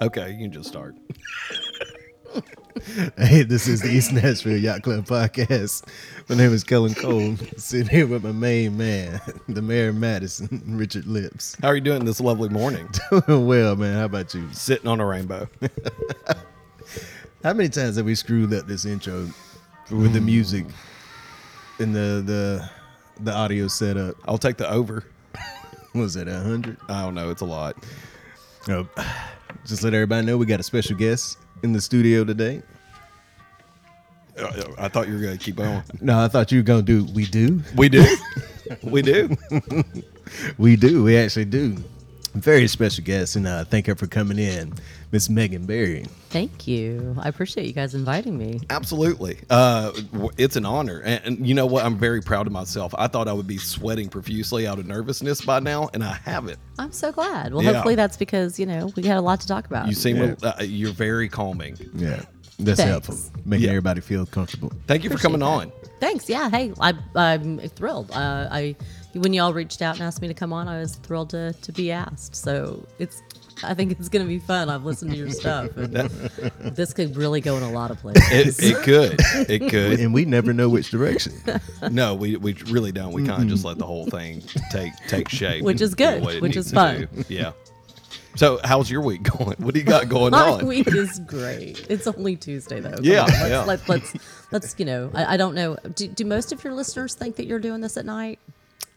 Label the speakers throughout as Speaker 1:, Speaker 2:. Speaker 1: Okay, you can just start.
Speaker 2: Hey, this is the East Nashville Yacht Club podcast. My name is Kellen Cole, sitting here with my main man, the Mayor of Madison, Richard Lips.
Speaker 1: How are you doing this lovely morning?
Speaker 2: well, man, how about you?
Speaker 1: Sitting on a rainbow.
Speaker 2: How many times have we screwed up this intro with the music and the the the audio setup?
Speaker 1: I'll take the over.
Speaker 2: Was it a hundred?
Speaker 1: I don't know. It's a lot.
Speaker 2: Oh, just let everybody know we got a special guest in the studio today.
Speaker 1: Uh, I thought you were going to keep on.
Speaker 2: No, I thought you were gonna do. We do.
Speaker 1: We do. we do.
Speaker 2: We do. We actually do. Very special guest, and uh, thank her for coming in, Miss Megan Berry.
Speaker 3: Thank you. I appreciate you guys inviting me.
Speaker 1: Absolutely. Uh, w- it's an honor. And, and you know what? I'm very proud of myself. I thought I would be sweating profusely out of nervousness by now, and I haven't.
Speaker 3: I'm so glad. Well,
Speaker 1: Yeah.
Speaker 3: hopefully that's because, you know, we had a lot to talk about.
Speaker 1: You seem,
Speaker 2: Yeah.
Speaker 1: uh, you're very calming.
Speaker 2: Yeah, that's
Speaker 3: Thanks.
Speaker 2: helpful. Making
Speaker 1: Yeah.
Speaker 2: everybody feel comfortable.
Speaker 1: Thank you for
Speaker 3: Appreciate
Speaker 1: coming
Speaker 3: that.
Speaker 1: on.
Speaker 3: Thanks. Yeah. Hey, I, I'm thrilled. Uh, I When y'all reached out and asked me to come on, I was thrilled to, to be asked. So it's, I think it's going to be fun. I've listened to your stuff. And this could really go in a lot of places.
Speaker 1: It, it could. It could.
Speaker 2: And we never know which direction.
Speaker 1: No, we, we really don't. We kind of just let the whole thing take take shape,
Speaker 3: Which
Speaker 1: and
Speaker 3: is
Speaker 1: do
Speaker 3: good,
Speaker 1: what it
Speaker 3: which
Speaker 1: needs
Speaker 3: is
Speaker 1: to
Speaker 3: fun.
Speaker 1: do. Yeah. So, how's your week going? What do you got going
Speaker 3: My
Speaker 1: on?
Speaker 3: week is great. It's only Tuesday though. Come
Speaker 1: Yeah,
Speaker 3: on, let's,
Speaker 1: yeah.
Speaker 3: Let, let's let's you know. I, I don't know. Do, do most of your listeners think that you're doing this at night?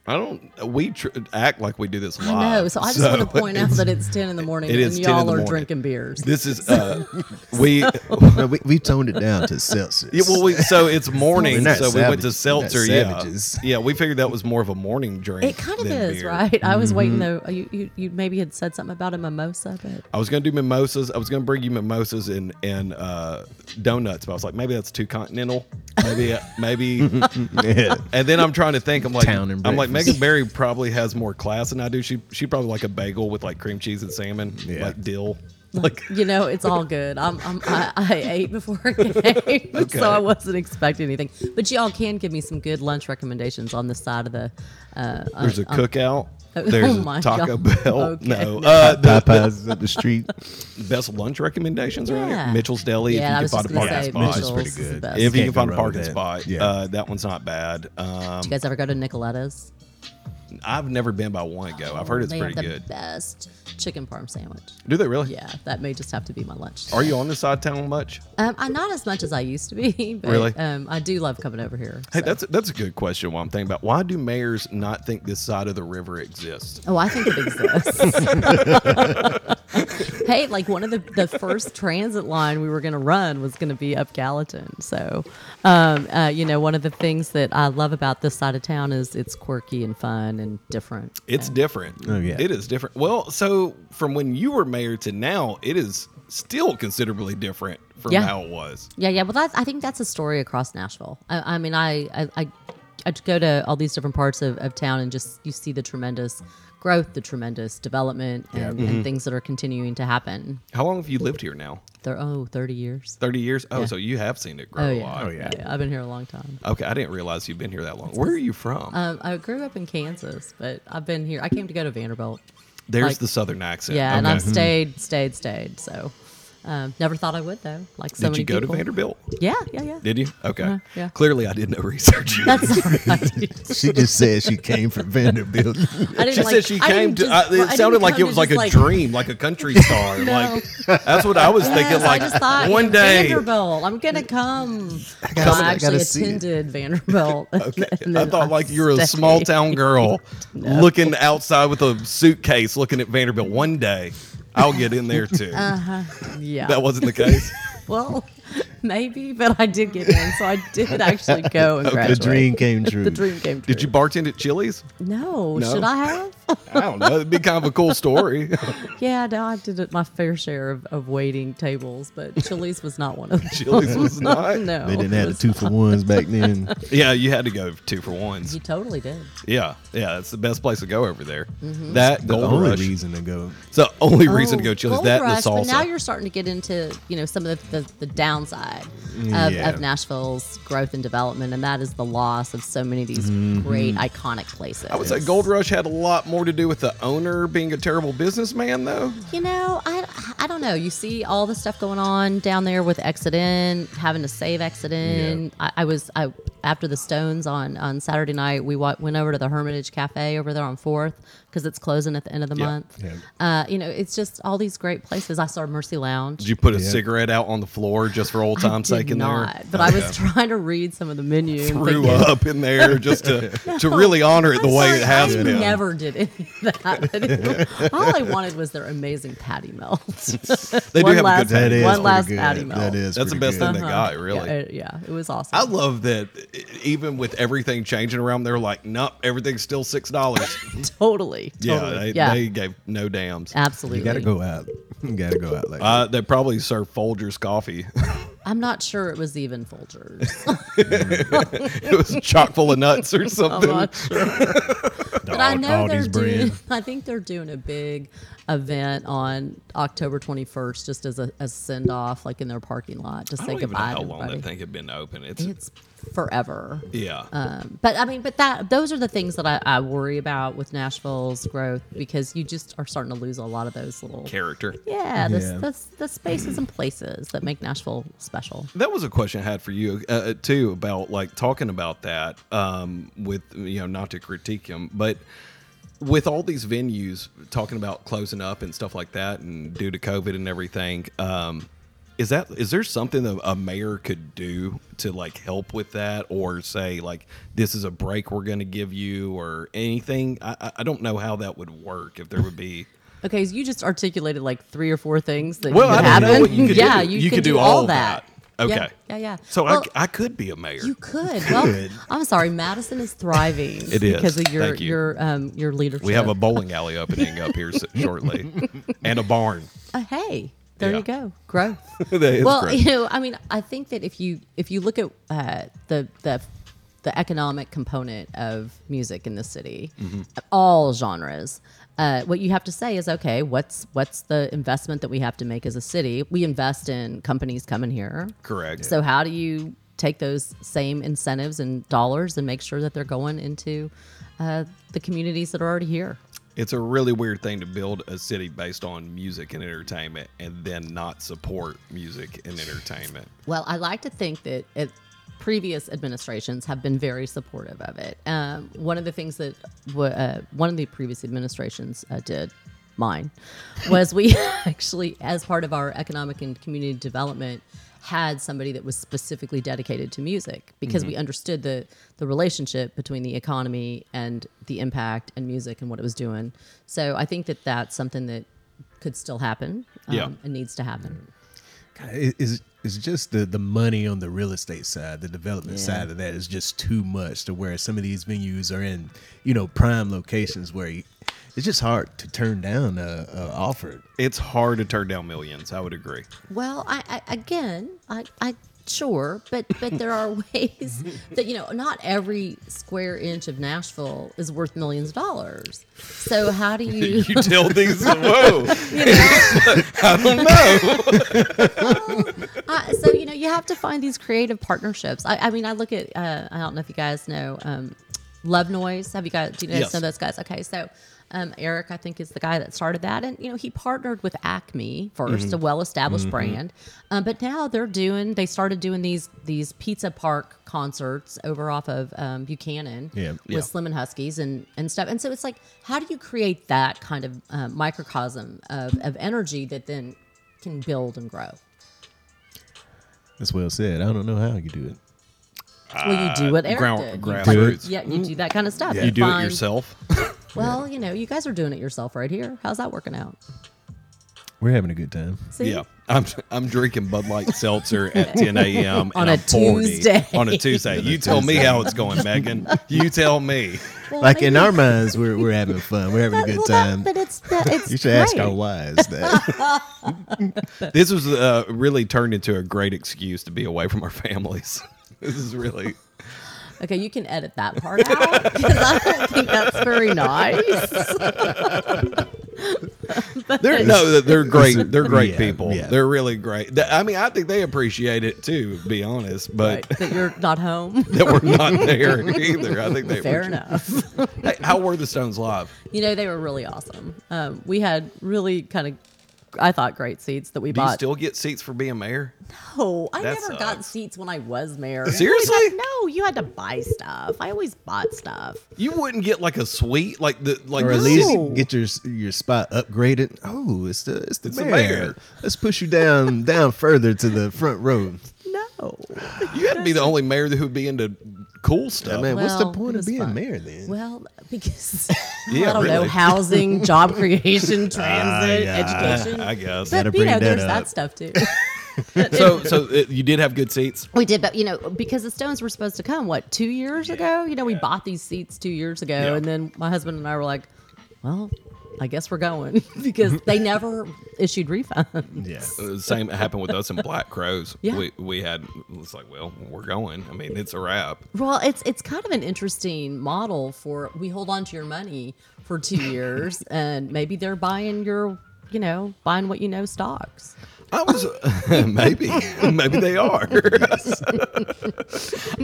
Speaker 1: I don't. We tr- act like we do this live.
Speaker 3: I know. So I just want to point out that it's 10 in the morning
Speaker 1: it
Speaker 3: and
Speaker 1: is 10 in the
Speaker 3: y'all are
Speaker 1: morning.
Speaker 3: drinking beers.
Speaker 1: This is uh, we.
Speaker 2: No, we, we toned it down to Celsius.
Speaker 1: Yeah, well, we, so it's morning, so
Speaker 2: not
Speaker 1: we went to
Speaker 2: savages. We're not
Speaker 1: seltzer. Yeah,
Speaker 2: savages.
Speaker 1: yeah. We figured that was more of a morning drink.
Speaker 3: it kind of
Speaker 1: than
Speaker 3: is,
Speaker 1: beer. Mm-hmm.
Speaker 3: right? I was waiting though. You, you you maybe had said something about a mimosa, but
Speaker 1: I was gonna do mimosas. I was gonna bring you mimosas and and uh, donuts, but I was like, maybe that's too continental. Maybe uh, maybe
Speaker 2: yeah.
Speaker 1: And then I'm trying to think. I'm like,
Speaker 2: Town and
Speaker 1: I'm like,
Speaker 2: breakfast.
Speaker 1: Megan Berry probably has more class than I do. She she probably like a bagel with like cream cheese and salmon,
Speaker 2: Yeah.
Speaker 1: like dill. Like
Speaker 3: you know, it's all good. I'm, I'm I, I ate before I came,
Speaker 1: Okay.
Speaker 3: so I wasn't expecting anything. But y'all can give me some good lunch recommendations on this side of the. Uh,
Speaker 1: there's a
Speaker 3: on- on-
Speaker 1: cookout.
Speaker 3: Oh,
Speaker 1: There's
Speaker 3: oh my
Speaker 1: a Taco
Speaker 3: God.
Speaker 1: Bell.
Speaker 3: Okay.
Speaker 1: No, uh, the
Speaker 2: Popeyes up the street.
Speaker 1: best lunch recommendations around
Speaker 3: Yeah.
Speaker 1: here. Mitchell's Deli.
Speaker 3: Yeah, I
Speaker 1: if
Speaker 3: was
Speaker 1: you can
Speaker 3: just
Speaker 1: find a
Speaker 3: gonna
Speaker 1: parking
Speaker 3: say
Speaker 1: spot,
Speaker 3: Mitchell's
Speaker 2: pretty
Speaker 3: is the
Speaker 2: good.
Speaker 3: best.
Speaker 1: if you can
Speaker 2: Can't go
Speaker 1: find a
Speaker 2: wrong with
Speaker 1: parking
Speaker 2: that.
Speaker 1: spot,
Speaker 2: Yeah.
Speaker 1: uh, that one's not bad. Um,
Speaker 3: you guys ever go to Nicoletta's?
Speaker 1: I've never been by one go. I've heard it's
Speaker 3: they
Speaker 1: pretty
Speaker 3: have the
Speaker 1: good.
Speaker 3: best chicken parm sandwich.
Speaker 1: Do they really?
Speaker 3: Yeah, that may just have to be my lunch.
Speaker 1: Are you on the side town much?
Speaker 3: Um, I not as much as I used to be, but
Speaker 1: Really?
Speaker 3: um, I do love coming over here.
Speaker 1: Hey,
Speaker 3: so.
Speaker 1: that's that's a good question. While I'm thinking about why do mayors not think this side of the river exists?
Speaker 3: Oh, I think it exists. hey, like one of the, the first transit line we were going to run was going to be up Gallatin. So, um, uh, you know, one of the things that I love about this side of town is it's quirky and fun and different.
Speaker 1: It's different.
Speaker 2: Oh, yeah.
Speaker 1: It is different. Well, so from when you were mayor to now, it is still considerably different from
Speaker 3: Yeah.
Speaker 1: how it was.
Speaker 3: Yeah, yeah. Well, that's, I think that's a story across Nashville. I, I mean, I, I, I, I go to all these different parts of, of town and just you see the tremendous growth, the tremendous development, and,
Speaker 1: Mm-hmm.
Speaker 3: and things that are continuing to happen.
Speaker 1: How long have you lived here now?
Speaker 3: They're, oh, 30 years.
Speaker 1: 30 years? Oh,
Speaker 3: Yeah.
Speaker 1: so you have seen it grow
Speaker 3: Oh
Speaker 1: a
Speaker 3: yeah.
Speaker 1: lot.
Speaker 3: yeah. I've been here a long time.
Speaker 1: Okay, I didn't realize you've been here that long. Where are you from?
Speaker 3: Um, I grew up in Kansas, but I've been here. I came to go to Vanderbilt.
Speaker 1: There's
Speaker 3: like-
Speaker 1: the southern accent.
Speaker 3: Yeah, and
Speaker 1: Okay. Mm-hmm.
Speaker 3: I've stayed, stayed, stayed. So, um, never thought I would though. Like so
Speaker 1: Did
Speaker 3: many
Speaker 1: you go
Speaker 3: people.
Speaker 1: to Vanderbilt?
Speaker 3: Yeah, yeah, yeah.
Speaker 1: Did you? Okay.
Speaker 3: Uh-huh, yeah.
Speaker 1: Clearly, I did no research.
Speaker 3: That's all right.
Speaker 2: She just said she came from Vanderbilt.
Speaker 3: I didn't
Speaker 1: She
Speaker 3: like,
Speaker 1: said she
Speaker 3: I
Speaker 1: came
Speaker 3: didn't
Speaker 1: to. I,
Speaker 3: just- well, I
Speaker 1: it
Speaker 3: didn't
Speaker 1: sounded like
Speaker 3: come
Speaker 1: it
Speaker 3: to
Speaker 1: was like
Speaker 3: just,
Speaker 1: a dream, like a country star.
Speaker 3: No.
Speaker 1: Like that's what I was thinking.
Speaker 3: Yes,
Speaker 1: Like
Speaker 3: I just thought
Speaker 1: one
Speaker 3: yeah,
Speaker 1: day,
Speaker 3: Vanderbilt. I'm gonna come. I,
Speaker 2: gotta- I
Speaker 3: actually
Speaker 2: gotta see it.
Speaker 3: attended Vanderbilt. and
Speaker 1: I
Speaker 3: then
Speaker 1: thought
Speaker 3: I
Speaker 1: like you were a small town girl looking outside with a suitcase looking at Vanderbilt. One day I'll get in there too.
Speaker 3: Uh-huh. stayed. Yeah.
Speaker 1: That wasn't the case.
Speaker 3: well, maybe, but I did get in, so I did actually go and
Speaker 2: the
Speaker 3: graduate.
Speaker 2: dream came true.
Speaker 3: The dream came true.
Speaker 1: Did you bartend at Chili's?
Speaker 3: No,
Speaker 1: No.
Speaker 3: should I have?
Speaker 1: I don't know. It'd be kind of a cool story.
Speaker 3: yeah, no, I did it my fair share of, of waiting tables, but Chili's was not one of them.
Speaker 1: Chili's was not.
Speaker 3: no,
Speaker 2: They didn't
Speaker 3: it
Speaker 2: have the
Speaker 3: was-
Speaker 2: two for ones back then.
Speaker 1: Yeah, you had to go two for ones.
Speaker 3: You totally did.
Speaker 1: Yeah, yeah, that's the best place to go over there. That
Speaker 2: The
Speaker 1: Gold
Speaker 2: only
Speaker 1: Rush.
Speaker 2: reason to go.
Speaker 1: It's the only reason to
Speaker 3: Mm-hmm. Oh,
Speaker 1: go Chili's.
Speaker 3: Gold
Speaker 1: That and the
Speaker 3: Rush,
Speaker 1: salsa.
Speaker 3: But now you're starting to get into you know some of the, the, the downside of,
Speaker 2: Yeah.
Speaker 3: of Nashville's growth and development, and that is the loss of so many of these great iconic places.
Speaker 1: Mm-hmm. I would say Gold Rush had a lot more to do with the owner being a terrible businessman, though.
Speaker 3: You know, I I don't don't know. You see all the stuff going on down there with Exodin, having to save Exodin. I, I was I, after the Stones on on Saturday night. We wa- went over to the Hermitage Cafe over there on Fourth because it's closing at the end of the
Speaker 1: Yeah.
Speaker 3: month.
Speaker 2: Yeah.
Speaker 3: Uh, you know, it's just all these great places. I saw Mercy Lounge.
Speaker 1: Did you put a
Speaker 2: Yeah.
Speaker 1: cigarette out on the floor just for old time's
Speaker 3: Did
Speaker 1: sake in
Speaker 3: not,
Speaker 1: there? Oh,
Speaker 3: but I was trying to read some of the menu. and
Speaker 1: Threw
Speaker 3: thinking,
Speaker 1: up in there just to, to really honor it the
Speaker 3: I'm
Speaker 1: way
Speaker 3: sorry,
Speaker 1: it has
Speaker 3: I
Speaker 1: been.
Speaker 3: never did any of that. But it- all I wanted was their amazing patty melt.
Speaker 1: They do
Speaker 3: One
Speaker 1: have a
Speaker 3: last-
Speaker 1: good patty.
Speaker 2: That is
Speaker 3: one
Speaker 2: pretty
Speaker 3: last
Speaker 2: good.
Speaker 3: patty melt.
Speaker 2: That is
Speaker 1: That's the
Speaker 2: pretty
Speaker 1: best
Speaker 2: good.
Speaker 1: thing they got, really.
Speaker 3: Yeah, it, yeah, it was awesome.
Speaker 1: I love that e- even with everything changing around, they're like, nope, everything's still $6.
Speaker 3: totally,
Speaker 1: Yeah,
Speaker 3: totally.
Speaker 1: they,
Speaker 3: yeah,
Speaker 1: they gave no dams.
Speaker 3: absolutely.
Speaker 2: You gotta go out. You gotta go out like
Speaker 1: Uh, they probably serve Folgers coffee.
Speaker 3: I'm not sure it was even Folgers.
Speaker 1: it was chock full of nuts or
Speaker 3: I'm
Speaker 1: something.
Speaker 3: not sure.
Speaker 2: that.
Speaker 3: But I
Speaker 2: Dog,
Speaker 3: know they're
Speaker 2: Aldi's bread.
Speaker 3: doing. I think they're doing a big event on October 21st, just as a, a send off, like in their parking lot, just
Speaker 1: I
Speaker 3: say
Speaker 1: don't even know
Speaker 3: goodbye
Speaker 1: how
Speaker 3: to
Speaker 1: long that
Speaker 3: everybody.
Speaker 1: thing had been open. It's,
Speaker 3: It's forever.
Speaker 1: yeah.
Speaker 3: Um, but I mean, but that those are the things that I, I worry about with Nashville's growth because you just are starting to lose a lot of those little.
Speaker 1: character.
Speaker 3: yeah, the,
Speaker 2: Yeah.
Speaker 3: The, the spaces and places that make Nashville special.
Speaker 1: That was a question I had for you uh, uh, too about like talking about that um, with you know not to critique him, but with all these venues talking about closing up and stuff like that, and due to COVID and everything, um, is that is there something that a mayor could do to like help with that, or say like this is a break we're going to give you, or anything? I, I- I don't know how that would work if there would be.
Speaker 3: Okay, so you just articulated like three or four things that
Speaker 1: Well,
Speaker 3: could
Speaker 1: I don't know
Speaker 3: happen.
Speaker 1: what you could
Speaker 3: yeah,
Speaker 1: do.
Speaker 3: you,
Speaker 1: You
Speaker 3: could, do,
Speaker 1: all
Speaker 3: all
Speaker 1: that.
Speaker 3: that. Yeah,
Speaker 1: Okay.
Speaker 3: yeah, yeah.
Speaker 1: So
Speaker 3: Well,
Speaker 1: I c- I, could be a mayor.
Speaker 3: You could. Well, I'm sorry. Madison is thriving.
Speaker 1: It is.
Speaker 3: because of your
Speaker 1: Thank you.
Speaker 3: your um your leadership.
Speaker 1: We have a bowling alley opening up here s- shortly, and a barn.
Speaker 3: Uh, hey, there
Speaker 1: Yeah.
Speaker 3: you go. Growth.
Speaker 1: That is
Speaker 3: well,
Speaker 1: great.
Speaker 3: you know, I mean, I think that if you if you look at uh, the the the economic component of music in the city,
Speaker 1: Mm-hmm.
Speaker 3: all genres. Uh, what you have to say is okay. What's what's the investment that we have to make as a city? We invest in companies coming here,
Speaker 1: Correct.
Speaker 3: So how do you take those same incentives and dollars and make sure that they're going into uh, the communities that are already here?
Speaker 1: It's a really weird thing to build a city based on music and entertainment, and then not support music and entertainment.
Speaker 3: Well, I like to think that it, previous administrations have been very supportive of it. Um, one of the things that wa uh, one of the previous administrations uh, did, mine, was we actually, as part of our economic and community development, had somebody that was specifically dedicated to music because we understood the the relationship between the economy and the impact and music and what it was doing. So I think that that's something that could still happen um,
Speaker 1: Yeah.
Speaker 3: and needs to happen.
Speaker 2: God, it- it's, it's just the, the money on the real estate side, the development side of that is just too much to where some of these venues are in, you know, prime locations where you, it's just hard to turn down a, a offer.
Speaker 1: It's hard to turn down millions. I would agree.
Speaker 3: Well, I, I again, I, I sure, but but there are ways that you know not every square inch of Nashville is worth millions of dollars. So how do you?
Speaker 1: You tell these, whoa, I don't know.
Speaker 3: uh, so you know you have to find these creative partnerships. I, I mean, I look at uh, I don't know if you guys know um, Love Noise. Have you guys do you guys
Speaker 1: Yes.
Speaker 3: know those guys? Okay, so. Um, Eric, I think, is the guy that started that, and you know he partnered with Acme 1st
Speaker 2: Mm-hmm.
Speaker 3: a well-established brand. Um, but now they're doing they started doing these these pizza park concerts over off of um, Buchanan
Speaker 2: Yeah.
Speaker 3: with
Speaker 1: Yeah.
Speaker 3: Slim and Huskies and and stuff. And so it's like, how do you create that kind of uh, microcosm of, of energy that then can build and grow?
Speaker 2: That's well said. I don't know how you do it.
Speaker 3: Well, you do what Eric
Speaker 1: Uh, ground-
Speaker 3: did. You
Speaker 1: grassroots.
Speaker 3: do- yeah, you do that kind of stuff.
Speaker 1: You do it
Speaker 3: find-
Speaker 1: yourself.
Speaker 3: Well, you know, you guys are doing it yourself right here. How's that working out?
Speaker 2: We're having a good time.
Speaker 3: See?
Speaker 1: Yeah. I'm, I'm drinking Bud Light Seltzer at 10 a.m. and
Speaker 3: On a
Speaker 1: I'm 40
Speaker 3: Tuesday.
Speaker 1: On a Tuesday. You tell me how it's going, Megan. You tell me.
Speaker 3: Well,
Speaker 2: Like in
Speaker 3: maybe-
Speaker 2: our minds, we're, we're having fun. We're having a good
Speaker 3: well, that-
Speaker 2: time.
Speaker 3: but it's, that, it's
Speaker 2: You should ask
Speaker 3: great.
Speaker 2: our wives that.
Speaker 1: This was uh, really turned into a great excuse to be away from our families. This is really.
Speaker 3: Okay, you can edit that part out because I don't think that's very nice.
Speaker 1: They're no, th- they're great. They're great
Speaker 2: Yeah,
Speaker 1: people.
Speaker 2: yeah.
Speaker 1: They're really great. Th- I mean, I think they appreciate it too. to Be honest, but
Speaker 3: Right, that you're not home.
Speaker 1: that we're not there either. I think they.
Speaker 3: Fair
Speaker 1: appreciate-
Speaker 3: enough.
Speaker 1: Hey, how were the Stones live?
Speaker 3: You know, they were really awesome. Um, we had really kind of I thought great seats that we
Speaker 1: Do you
Speaker 3: bought.
Speaker 1: still get seats for being mayor?
Speaker 3: oh, I
Speaker 1: That
Speaker 3: never got
Speaker 1: sucks.
Speaker 3: seats when I was mayor.
Speaker 1: Seriously?
Speaker 3: You always had- no, you had to buy stuff. I always bought stuff.
Speaker 1: You wouldn't get like a suite, like the like
Speaker 2: or
Speaker 1: the
Speaker 2: at
Speaker 1: city-
Speaker 2: least
Speaker 3: No.
Speaker 2: get your your spot upgraded. Oh, it's the it's the,
Speaker 1: It's the
Speaker 2: mayor.
Speaker 1: mayor.
Speaker 2: Let's push you down down further to the front row.
Speaker 3: No.
Speaker 1: You had to be the only mayor who would be into cool stuff.
Speaker 2: I mean, what's
Speaker 3: Well,
Speaker 2: the
Speaker 3: it
Speaker 2: point of
Speaker 3: was
Speaker 2: being
Speaker 3: fun.
Speaker 2: mayor then?
Speaker 3: Well, because
Speaker 1: Yeah,
Speaker 3: I don't know
Speaker 1: really. Ah,
Speaker 3: housing, job creation, transit,
Speaker 2: yeah.
Speaker 3: education.
Speaker 1: I guess.
Speaker 2: Gotta
Speaker 3: But you
Speaker 2: bring
Speaker 3: know,
Speaker 2: that
Speaker 3: there's
Speaker 2: up.
Speaker 3: that stuff too.
Speaker 1: so so uh, you did have good seats.
Speaker 3: We did, but you know, because the Stones were supposed to come, what, two years ago? You know, we bought these seats two years ago,
Speaker 1: Yeah.
Speaker 3: and then my husband and I were like, well, I guess we're going because they never issued refunds.
Speaker 2: Yeah.
Speaker 1: Uh, Same happened with us in Black Crows.
Speaker 3: Yeah.
Speaker 1: We we had it's like, well, we're going. I mean, it's a wrap.
Speaker 3: Well, it's it's kind of an interesting model for we hold on to your money for two years, and maybe they're buying your, you know, buying what you know stocks.
Speaker 1: I was maybe maybe they are.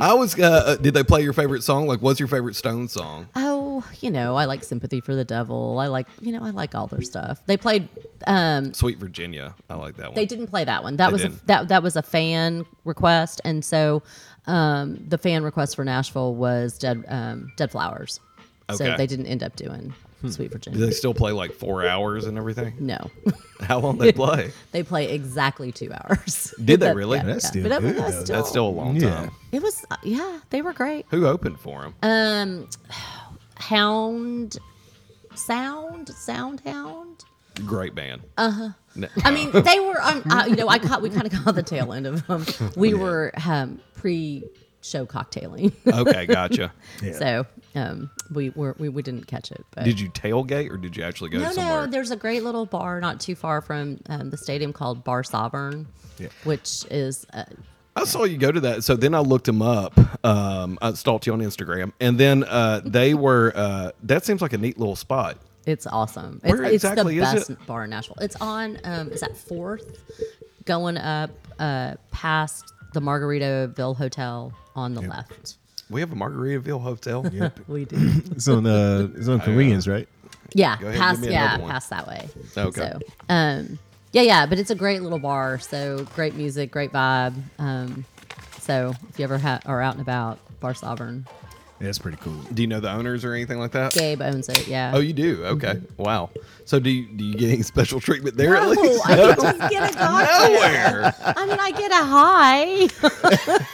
Speaker 1: I was. Uh, did they play your favorite song? Like, what's your favorite Stone song?
Speaker 3: Oh, you know, I like Sympathy for the Devil. I like, you know, I like all their stuff. They played. Um,
Speaker 1: Sweet Virginia. I like that one.
Speaker 3: they didn't play that one. That
Speaker 1: They
Speaker 3: was a,
Speaker 1: didn't.
Speaker 3: that that was a fan request, and so um, the fan request for Nashville was Dead um, Dead Flowers.
Speaker 1: Okay. Hmm.
Speaker 3: So they didn't end up doing Sweet
Speaker 1: Do
Speaker 3: Virginia.
Speaker 1: they still play like four hours and everything?
Speaker 3: No,
Speaker 1: How long they play?
Speaker 3: they play exactly two hours.
Speaker 1: Did they
Speaker 3: But-
Speaker 1: really?
Speaker 3: yeah,
Speaker 2: That's
Speaker 3: yeah.
Speaker 2: still
Speaker 3: But that-
Speaker 2: good,
Speaker 3: that's
Speaker 2: though.
Speaker 3: still-
Speaker 1: That's still a long
Speaker 2: Yeah.
Speaker 1: time.
Speaker 3: It was. uh, Yeah, they were great.
Speaker 1: Who opened for them?
Speaker 3: Um, Hound, Sound, Sound Hound.
Speaker 1: Great band. Uh huh.
Speaker 3: uh-huh. I mean, they were on. I, you know, I caught. We kind of caught the tail end of them. We were um, pre-show cocktailing,
Speaker 1: okay, gotcha.
Speaker 2: Yeah.
Speaker 3: so um, we were we, we didn't catch it. But
Speaker 1: Did you tailgate or did you actually go
Speaker 3: no,
Speaker 1: somewhere?
Speaker 3: no. There's a great little bar not too far from um, the stadium called Bar Sovereign,
Speaker 2: Yeah.
Speaker 3: which is uh,
Speaker 1: I saw you go to that. So then I looked them up. Um, I stalked you on Instagram, and then uh, they were. Uh, that seems like a neat little spot.
Speaker 3: it's awesome.
Speaker 1: Where
Speaker 3: it's,
Speaker 1: exactly
Speaker 3: it's
Speaker 1: is
Speaker 3: the best
Speaker 1: it?
Speaker 3: bar in Nashville. It's on. Um, is that Fourth, going up uh, past the Margaritaville Hotel on the left.
Speaker 1: We have a Margaritaville hotel. Yep.
Speaker 3: We do.
Speaker 2: It's on uh it's on Koreans, right?
Speaker 3: Yeah,
Speaker 1: ahead and
Speaker 3: pass.
Speaker 1: give me
Speaker 3: Yeah,
Speaker 1: another one. Oh,
Speaker 3: pass that way.
Speaker 1: Okay.
Speaker 3: So, um, yeah, yeah, but it's a great little bar. So great music, great vibe. Um, so if you ever ha- are out and about, Bar Sovereign,
Speaker 2: Yeah, that's pretty cool.
Speaker 1: Do you know the owners or anything like that?
Speaker 3: Gabe owns it. Yeah. Mm-hmm.
Speaker 1: Oh, you do. Okay. Wow. So do you, do you get any special treatment there
Speaker 3: no,
Speaker 1: at least?
Speaker 3: Oh, I could just get a cocktail.
Speaker 1: Nowhere.
Speaker 3: I mean, I get a high.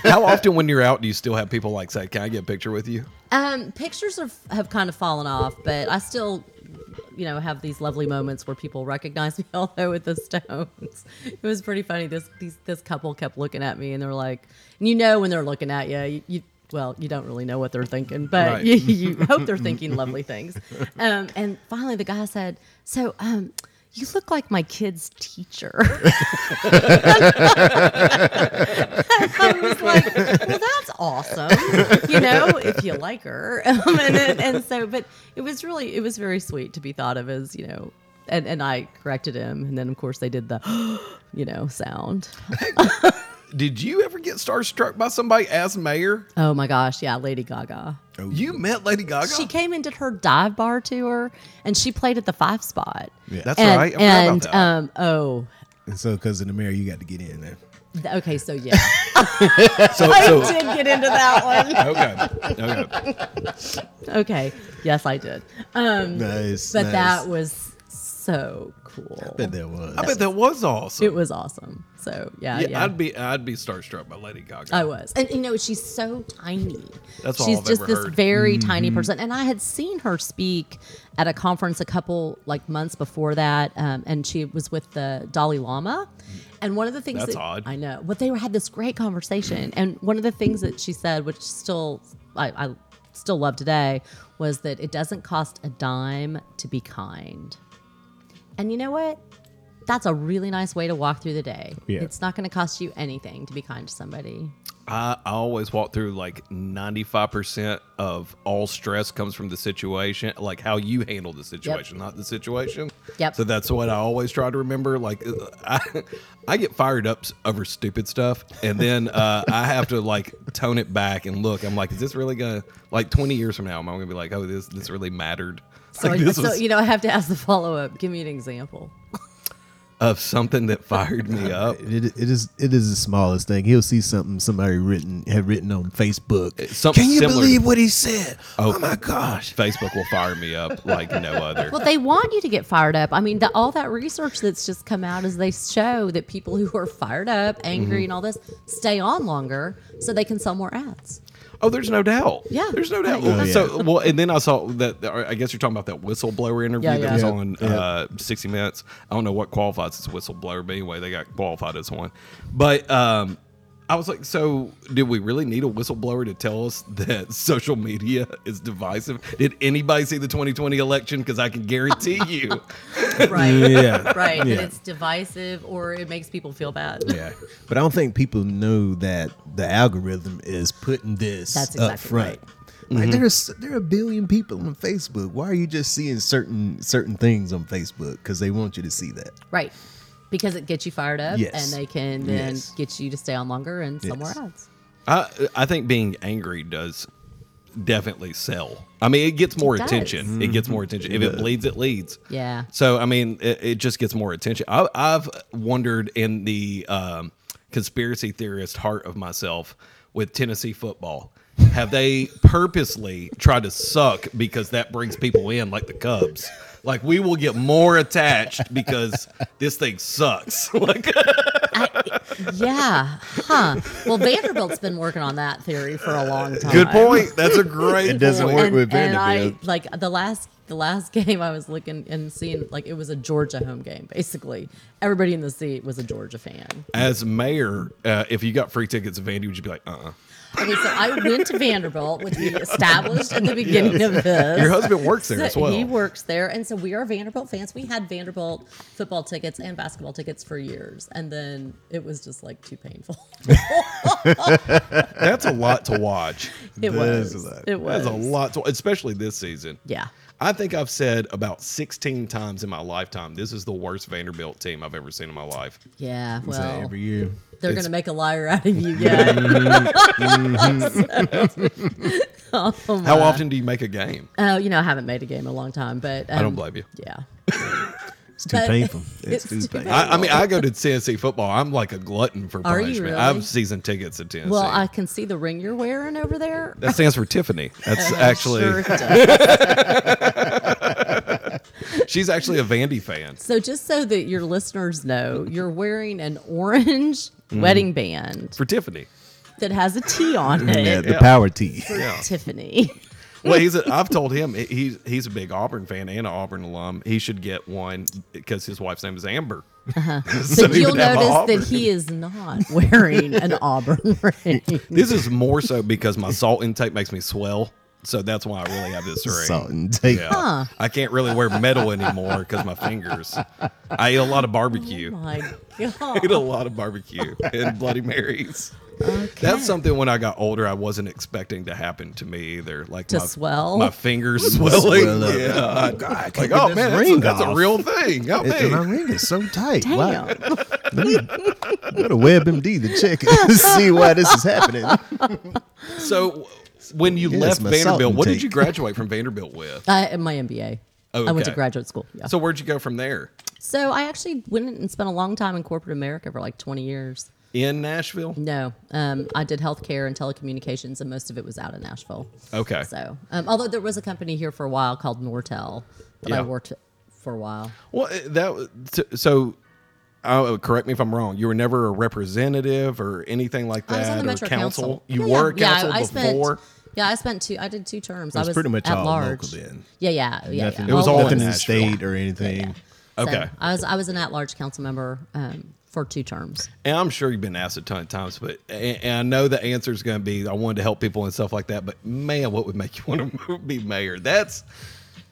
Speaker 1: How often when you're out do you still have people like say, "Can I get a picture with you?"
Speaker 3: Um, pictures have, have kind of fallen off, but I still, you know, have these lovely moments where people recognize me. Although with the Stones, it was pretty funny. This these, this couple kept looking at me, and they're like, and you know, when they're looking at you, you. you well, you don't really know what they're thinking, but
Speaker 1: Right.
Speaker 3: you, you hope they're thinking lovely things. Um, and finally, the guy said, "So, um, you look like my kid's teacher." I was like, well, that's awesome. You know, if you like her. Um, and, then and so, but it was really, it was very sweet to be thought of as, you know, and, and I corrected him. And then, of course, they did the, you know, sound.
Speaker 1: Did you ever get starstruck by somebody as mayor?
Speaker 3: Oh my gosh. Yeah. Lady Gaga.
Speaker 1: You met Lady Gaga.
Speaker 3: She came and did her dive bar tour and she played at the five spot.
Speaker 2: Yeah.
Speaker 1: That's
Speaker 3: and,
Speaker 1: right. I forgot about
Speaker 3: And,
Speaker 1: that.
Speaker 3: um, oh,
Speaker 2: And so because of the mayor, you got to get in there.
Speaker 3: th- okay. So, yeah.
Speaker 1: so,
Speaker 3: I
Speaker 1: so-
Speaker 3: did get into that one.
Speaker 1: okay. Okay.
Speaker 3: Okay. Yes, I did.
Speaker 1: Mm.
Speaker 3: Um,
Speaker 2: Nice.
Speaker 3: But
Speaker 2: nice.
Speaker 3: that was so cool.
Speaker 2: I bet that was.
Speaker 1: I bet that was awesome.
Speaker 3: It was awesome. So yeah,
Speaker 1: yeah,
Speaker 3: yeah,
Speaker 1: I'd be I'd be starstruck by Lady Gaga.
Speaker 3: I was, and you know, she's so tiny.
Speaker 1: That's all
Speaker 3: she's
Speaker 1: I've
Speaker 3: just
Speaker 1: ever
Speaker 3: this
Speaker 1: heard.
Speaker 3: very tiny person. And I had seen her speak at a conference a couple like months before that, um, and she was with the Dalai Lama. And one of the things
Speaker 1: That's
Speaker 3: that,
Speaker 1: odd.
Speaker 3: I know, but they were, had this great conversation, and one of the things that she said, which still I, I still love today, was that it doesn't cost a dime to be kind. And you know what? That's a really nice way to walk through the day.
Speaker 2: Yeah.
Speaker 3: It's not going to cost you anything to be kind to somebody.
Speaker 1: I, I always walk through like ninety five percent of all stress comes from the situation, like how you handle the situation, not the situation.
Speaker 3: Yep.
Speaker 1: So that's what I always try to remember. Like uh, I, I get fired up s- over stupid stuff, and then uh, I have to like tone it back and look. I'm like, is this really gonna like twenty years from now? Am I gonna be like, oh, this this really mattered?
Speaker 3: So,
Speaker 1: Like,
Speaker 3: I,
Speaker 1: this
Speaker 3: so
Speaker 1: was-
Speaker 3: you know, I have to ask the follow up. Give me an example.
Speaker 1: of something that fired me up.
Speaker 2: It, it is it is the smallest thing. He'll see something somebody written had written on Facebook.
Speaker 1: something
Speaker 2: Can you
Speaker 1: similar to-
Speaker 2: believe what he said? Oh,
Speaker 1: Oh.
Speaker 2: my gosh!
Speaker 1: Facebook will fire me up like no other.
Speaker 3: Well, they want you to get fired up. I mean, the, all that research that's just come out is they show that people who are fired up,
Speaker 2: Mm-hmm.
Speaker 3: angry, and all this stay on longer so they can sell more ads.
Speaker 1: Oh, there's no doubt.
Speaker 3: Yeah.
Speaker 1: there's no doubt.
Speaker 3: Oh,
Speaker 2: yeah.
Speaker 1: So, well, and then I saw that. I guess you're talking about that whistleblower interview
Speaker 3: Yeah,
Speaker 1: that
Speaker 3: yeah.
Speaker 1: was
Speaker 2: Yeah,
Speaker 1: on
Speaker 2: yeah.
Speaker 1: Uh, 60 Minutes. I don't know what qualifies as a whistleblower, but anyway, they got qualified as one. But um, I was like, so did we really need a whistleblower to tell us that social media is divisive? Did anybody see the 2020 election? Because I can guarantee you,
Speaker 3: Right.
Speaker 2: Yeah,
Speaker 3: Right. That
Speaker 2: Yeah.
Speaker 3: it's divisive or it makes people feel bad.
Speaker 2: Yeah, but I don't think people know that the algorithm is putting this
Speaker 3: That's
Speaker 2: up
Speaker 3: exactly
Speaker 2: front.
Speaker 3: right.
Speaker 1: Mm-hmm.
Speaker 2: Like there's there are a billion people on Facebook. Why are you just seeing certain certain things on Facebook? Because they want you to see that.
Speaker 3: Right. Because it gets you fired up
Speaker 2: Yes.
Speaker 3: and they can then
Speaker 2: Yes.
Speaker 3: get you to stay on longer and sell
Speaker 2: Yes.
Speaker 3: more ads.
Speaker 1: I I think being angry does definitely sell. I mean, it gets more
Speaker 3: It does.
Speaker 1: attention. It
Speaker 2: Mm-hmm.
Speaker 1: gets more attention. If it bleeds, it leads.
Speaker 3: Yeah.
Speaker 1: So I mean, it, it just gets more attention. I, I've wondered in the um, conspiracy theorist heart of myself with Tennessee football, have they purposely tried to suck because that brings people in, like the Cubs? Like we will get more attached because this thing sucks. like
Speaker 3: Yeah. Huh. Well, Vanderbilt's been working on that theory for a long time.
Speaker 1: That's a great.
Speaker 2: It doesn't
Speaker 1: point.
Speaker 2: work
Speaker 3: Oh, and,
Speaker 2: with
Speaker 3: and I
Speaker 2: Vanderbilt.
Speaker 3: like the last the last game I was looking and seeing like it was a Georgia home game basically. Everybody in the seat was a Georgia fan.
Speaker 1: as mayor, uh, if you got free tickets to Vandy, would you be like, uh uh
Speaker 3: Okay, so I went to Vanderbilt, which we established at the beginning of this.
Speaker 1: Your husband works there
Speaker 3: So
Speaker 1: as well.
Speaker 3: He works there, and so we are Vanderbilt fans. We had Vanderbilt football tickets and basketball tickets for years, and then it was just like too painful.
Speaker 1: That's a lot to watch.
Speaker 3: It
Speaker 2: That's
Speaker 3: was.
Speaker 2: a lot.
Speaker 3: It was
Speaker 1: That's a lot to especially this season.
Speaker 3: Yeah.
Speaker 1: I think I've said about 16 times in my lifetime, this is the worst Vanderbilt team I've ever seen in my life.
Speaker 3: Yeah.
Speaker 2: It's like
Speaker 3: Well,
Speaker 2: every year.
Speaker 3: they're
Speaker 1: it's- Mm-hmm.
Speaker 3: gonna make a liar out of you. Yeah. Mm-hmm. oh
Speaker 1: How
Speaker 3: my.
Speaker 1: often do you make a game?
Speaker 3: Oh, you know, I haven't made a game in a long time, but um,
Speaker 1: I don't blame you.
Speaker 3: Yeah.
Speaker 2: It's too
Speaker 3: But-
Speaker 2: painful. It's,
Speaker 3: It's
Speaker 2: too,
Speaker 3: too
Speaker 2: painful.
Speaker 1: I, I mean, I go to Tennessee football. I'm like a glutton for
Speaker 3: Are you
Speaker 1: punishment.
Speaker 3: really?
Speaker 1: I have season tickets to Tennessee.
Speaker 3: Well, I can see the ring you're wearing over there.
Speaker 1: that stands for Tiffany. That's actually
Speaker 3: Sure it does.
Speaker 1: she's actually a Vandy fan.
Speaker 3: so just so that your listeners know, you're wearing an orange
Speaker 1: Mm-hmm.
Speaker 3: wedding band
Speaker 1: For Tiffany.
Speaker 3: that has a T on it.
Speaker 2: Yeah, the
Speaker 1: Mm-hmm. Yeah.
Speaker 2: power T.
Speaker 3: for Tiffany.
Speaker 1: Well, he's. A, I've told him he's he's a big Auburn fan and an Auburn alum. He should get one because his wife's name is Amber.
Speaker 3: So,
Speaker 1: he
Speaker 3: you'll
Speaker 1: would have a
Speaker 3: notice
Speaker 1: Auburn.
Speaker 3: that he is not wearing an auburn ring.
Speaker 1: This is more so because my salt intake makes me swell, so that's why I really have this ring.
Speaker 2: Salt and take.
Speaker 1: Yeah, I can't really wear metal anymore because my fingers. I eat a lot of barbecue.
Speaker 3: My
Speaker 1: I eat a
Speaker 3: God.
Speaker 1: lot of barbecue and Bloody Marys.
Speaker 3: Okay.
Speaker 1: That's something when I got older, I wasn't expecting to happen to me either. Like
Speaker 3: To
Speaker 1: my,
Speaker 3: swell?
Speaker 1: my fingers swelling.
Speaker 2: Swell up.
Speaker 1: yeah, I-
Speaker 2: God, I can't
Speaker 1: like
Speaker 2: get
Speaker 1: oh
Speaker 2: this
Speaker 1: man, that's, a,
Speaker 2: ring
Speaker 1: that's a
Speaker 2: off.
Speaker 1: real thing. Oh, Help
Speaker 2: It-
Speaker 1: me.
Speaker 2: my ring is so tight.
Speaker 3: Damn.
Speaker 2: Wow. Go to WebMD to check it to see why this is happening.
Speaker 1: So w- when you
Speaker 2: Yes,
Speaker 1: left
Speaker 2: my salt
Speaker 1: Vanderbilt, what did
Speaker 2: intake.
Speaker 1: you graduate from Vanderbilt with?
Speaker 3: I, my MBA.
Speaker 1: Oh,
Speaker 3: I went to
Speaker 1: okay.
Speaker 3: graduate school. Yeah.
Speaker 1: So where'd you go from there?
Speaker 3: So I actually went and spent a long time in corporate America for like 20 years.
Speaker 1: In Nashville?
Speaker 3: No, um, I did healthcare and telecommunications, and most of it was out in Nashville.
Speaker 1: Okay.
Speaker 3: So, um, although there was a company here for a while called Nortel that
Speaker 1: Yeah.
Speaker 3: I worked for a while.
Speaker 1: Well, uh, that w- t- so. Uh, correct me if I'm wrong. You were never a representative or anything like that,
Speaker 3: I was on the
Speaker 1: or
Speaker 3: Metro
Speaker 1: council.
Speaker 3: Council.
Speaker 1: You
Speaker 3: Yeah,
Speaker 1: were a
Speaker 3: yeah.
Speaker 1: council
Speaker 3: yeah, I, I spent,
Speaker 1: before.
Speaker 3: Yeah, I spent two. I did two terms. I
Speaker 2: was
Speaker 3: was
Speaker 2: pretty much
Speaker 3: at
Speaker 2: all
Speaker 3: large.
Speaker 2: local then.
Speaker 3: Yeah, yeah, yeah.
Speaker 2: nothing,
Speaker 3: yeah.
Speaker 1: It was all
Speaker 2: nothing
Speaker 1: in
Speaker 2: in
Speaker 1: Nashville.
Speaker 2: state or anything.
Speaker 3: So
Speaker 1: Okay.
Speaker 3: I was I was an at large council member um, for two terms.
Speaker 1: and I'm sure you've been asked a ton of times, but and, and I know the answer is going to be I wanted to help people and stuff like that. But man, what would make you want to be mayor? That's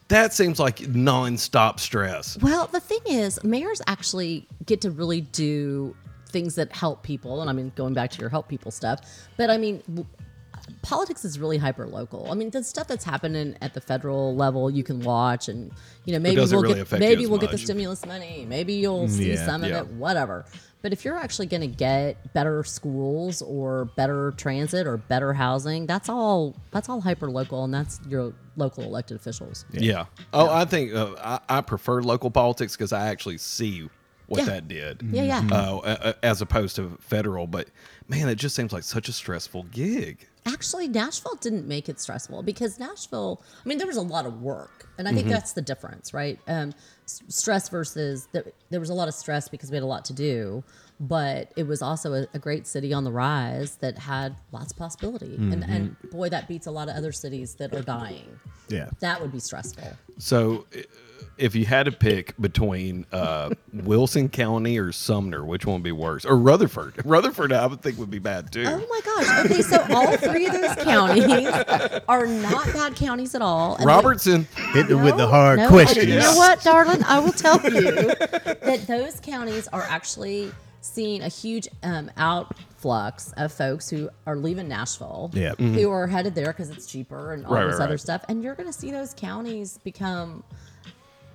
Speaker 1: that seems like nonstop stress.
Speaker 3: Well, the thing is, mayors actually get to really do things that help people. And I mean, going back to your help people stuff, but I mean, w- politics is really hyper local. I mean, the stuff that's happening at the federal level, you can watch, and you know, maybe
Speaker 1: doesn't
Speaker 3: we'll
Speaker 1: really
Speaker 3: get
Speaker 1: affect you
Speaker 3: maybe
Speaker 1: as
Speaker 3: we'll get the
Speaker 1: much.
Speaker 3: stimulus money, maybe you'll see
Speaker 2: Yeah,
Speaker 3: some
Speaker 1: yeah.
Speaker 3: of it, whatever. But if you're actually going to get better schools or better transit or better housing, that's all that's all hyper local, and that's your local elected officials.
Speaker 1: Yeah. Oh, I think uh, I, I prefer local politics because I actually see what
Speaker 3: Yeah.
Speaker 1: that did.
Speaker 3: Yeah, yeah. Mhm.
Speaker 1: Uh, a- a- as opposed to federal, but man, it just seems like such a stressful gig.
Speaker 3: Actually, Nashville didn't make it stressful because Nashville, I mean, there was a lot of work. And I
Speaker 2: Mm-hmm.
Speaker 3: think that's the difference, right? Um, s- stress versus the, there was a lot of stress because we had a lot to do, but it was also a, a great city on the rise that had lots of possibility. And,
Speaker 2: Mm-hmm.
Speaker 3: and boy, that beats a lot of other cities that are dying.
Speaker 2: Yeah.
Speaker 3: That would be stressful.
Speaker 1: So, i- if you had to pick between uh, Wilson County or Sumner, which one would be worse? Or Rutherford? Rutherford, I would think would be bad too.
Speaker 3: Oh my gosh. Okay, so all three of those counties are not bad counties at all. And they-
Speaker 1: Robertson.
Speaker 2: Hit them with the
Speaker 3: No,
Speaker 2: hard
Speaker 3: no, I-
Speaker 2: questions.
Speaker 3: You know what, darling? I will tell you that those counties are actually seeing a huge um, outflux of folks who are leaving Nashville,
Speaker 2: Yeah.
Speaker 3: who are headed there because it's cheaper and all
Speaker 1: Mm-hmm. Right,
Speaker 3: this
Speaker 1: right,
Speaker 3: other
Speaker 1: right.
Speaker 3: stuff. And you're going to see those counties become,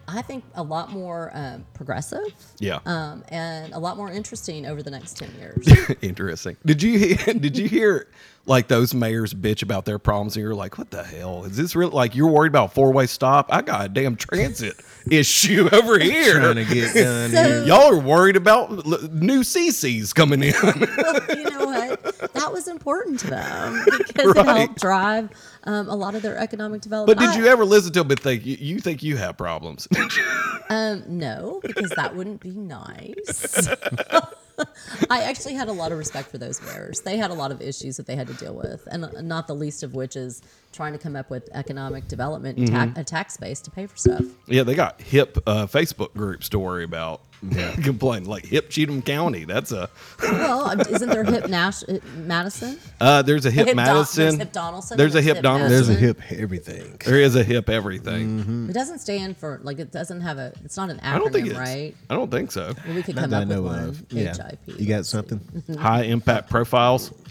Speaker 3: I think, a lot more um, progressive.
Speaker 1: Yeah.
Speaker 3: Um, and a lot more interesting over the next 10 years.
Speaker 1: Interesting. Did you hear, did you hear like those mayors bitch about their problems and you're like, what the hell is this? Real like you're worried about four way stop? I got a damn transit issue over
Speaker 2: Trying to
Speaker 1: here.
Speaker 2: get done.
Speaker 3: So-
Speaker 2: here.
Speaker 1: Y'all are worried about l- new CCs coming in.
Speaker 3: Well, you know what? That was important to them because it
Speaker 1: Right.
Speaker 3: helped drive um, a lot of their economic development.
Speaker 1: but did
Speaker 3: I-
Speaker 1: you ever listen to them and think you, you think you have problems?
Speaker 3: Um, no, because that wouldn't be nice. I actually had a lot of respect for those mayors. They had a lot of issues that they had to deal with, and uh, not the least of which is trying to come up with economic development and
Speaker 1: Mm-hmm.
Speaker 3: ta- a tax base to pay for stuff.
Speaker 1: yeah, they got hip uh, Facebook group story about complaining like hip Cheatham County. That's a
Speaker 3: Well, um, isn't there hip Nash uh, Madison?
Speaker 1: uh, there's a hip,
Speaker 3: Hip Don- there's
Speaker 1: Madison.
Speaker 3: hip Donaldson and
Speaker 1: There's a
Speaker 3: there's
Speaker 1: hip,
Speaker 3: hip
Speaker 1: Donaldson.
Speaker 2: There's a
Speaker 3: Madison.
Speaker 2: hip everything.
Speaker 1: There is a hip everything.
Speaker 3: It doesn't stand for like it doesn't have a. It's not an acronym,
Speaker 1: Mm. I don't think it's.
Speaker 3: right?
Speaker 1: I don't think so.
Speaker 3: Well, we could
Speaker 2: Not
Speaker 3: come
Speaker 2: that I
Speaker 3: up with
Speaker 2: know
Speaker 3: one.
Speaker 2: of. Yeah.
Speaker 3: HIP.
Speaker 2: You got something?
Speaker 3: Mm-hmm.
Speaker 1: high impact profiles.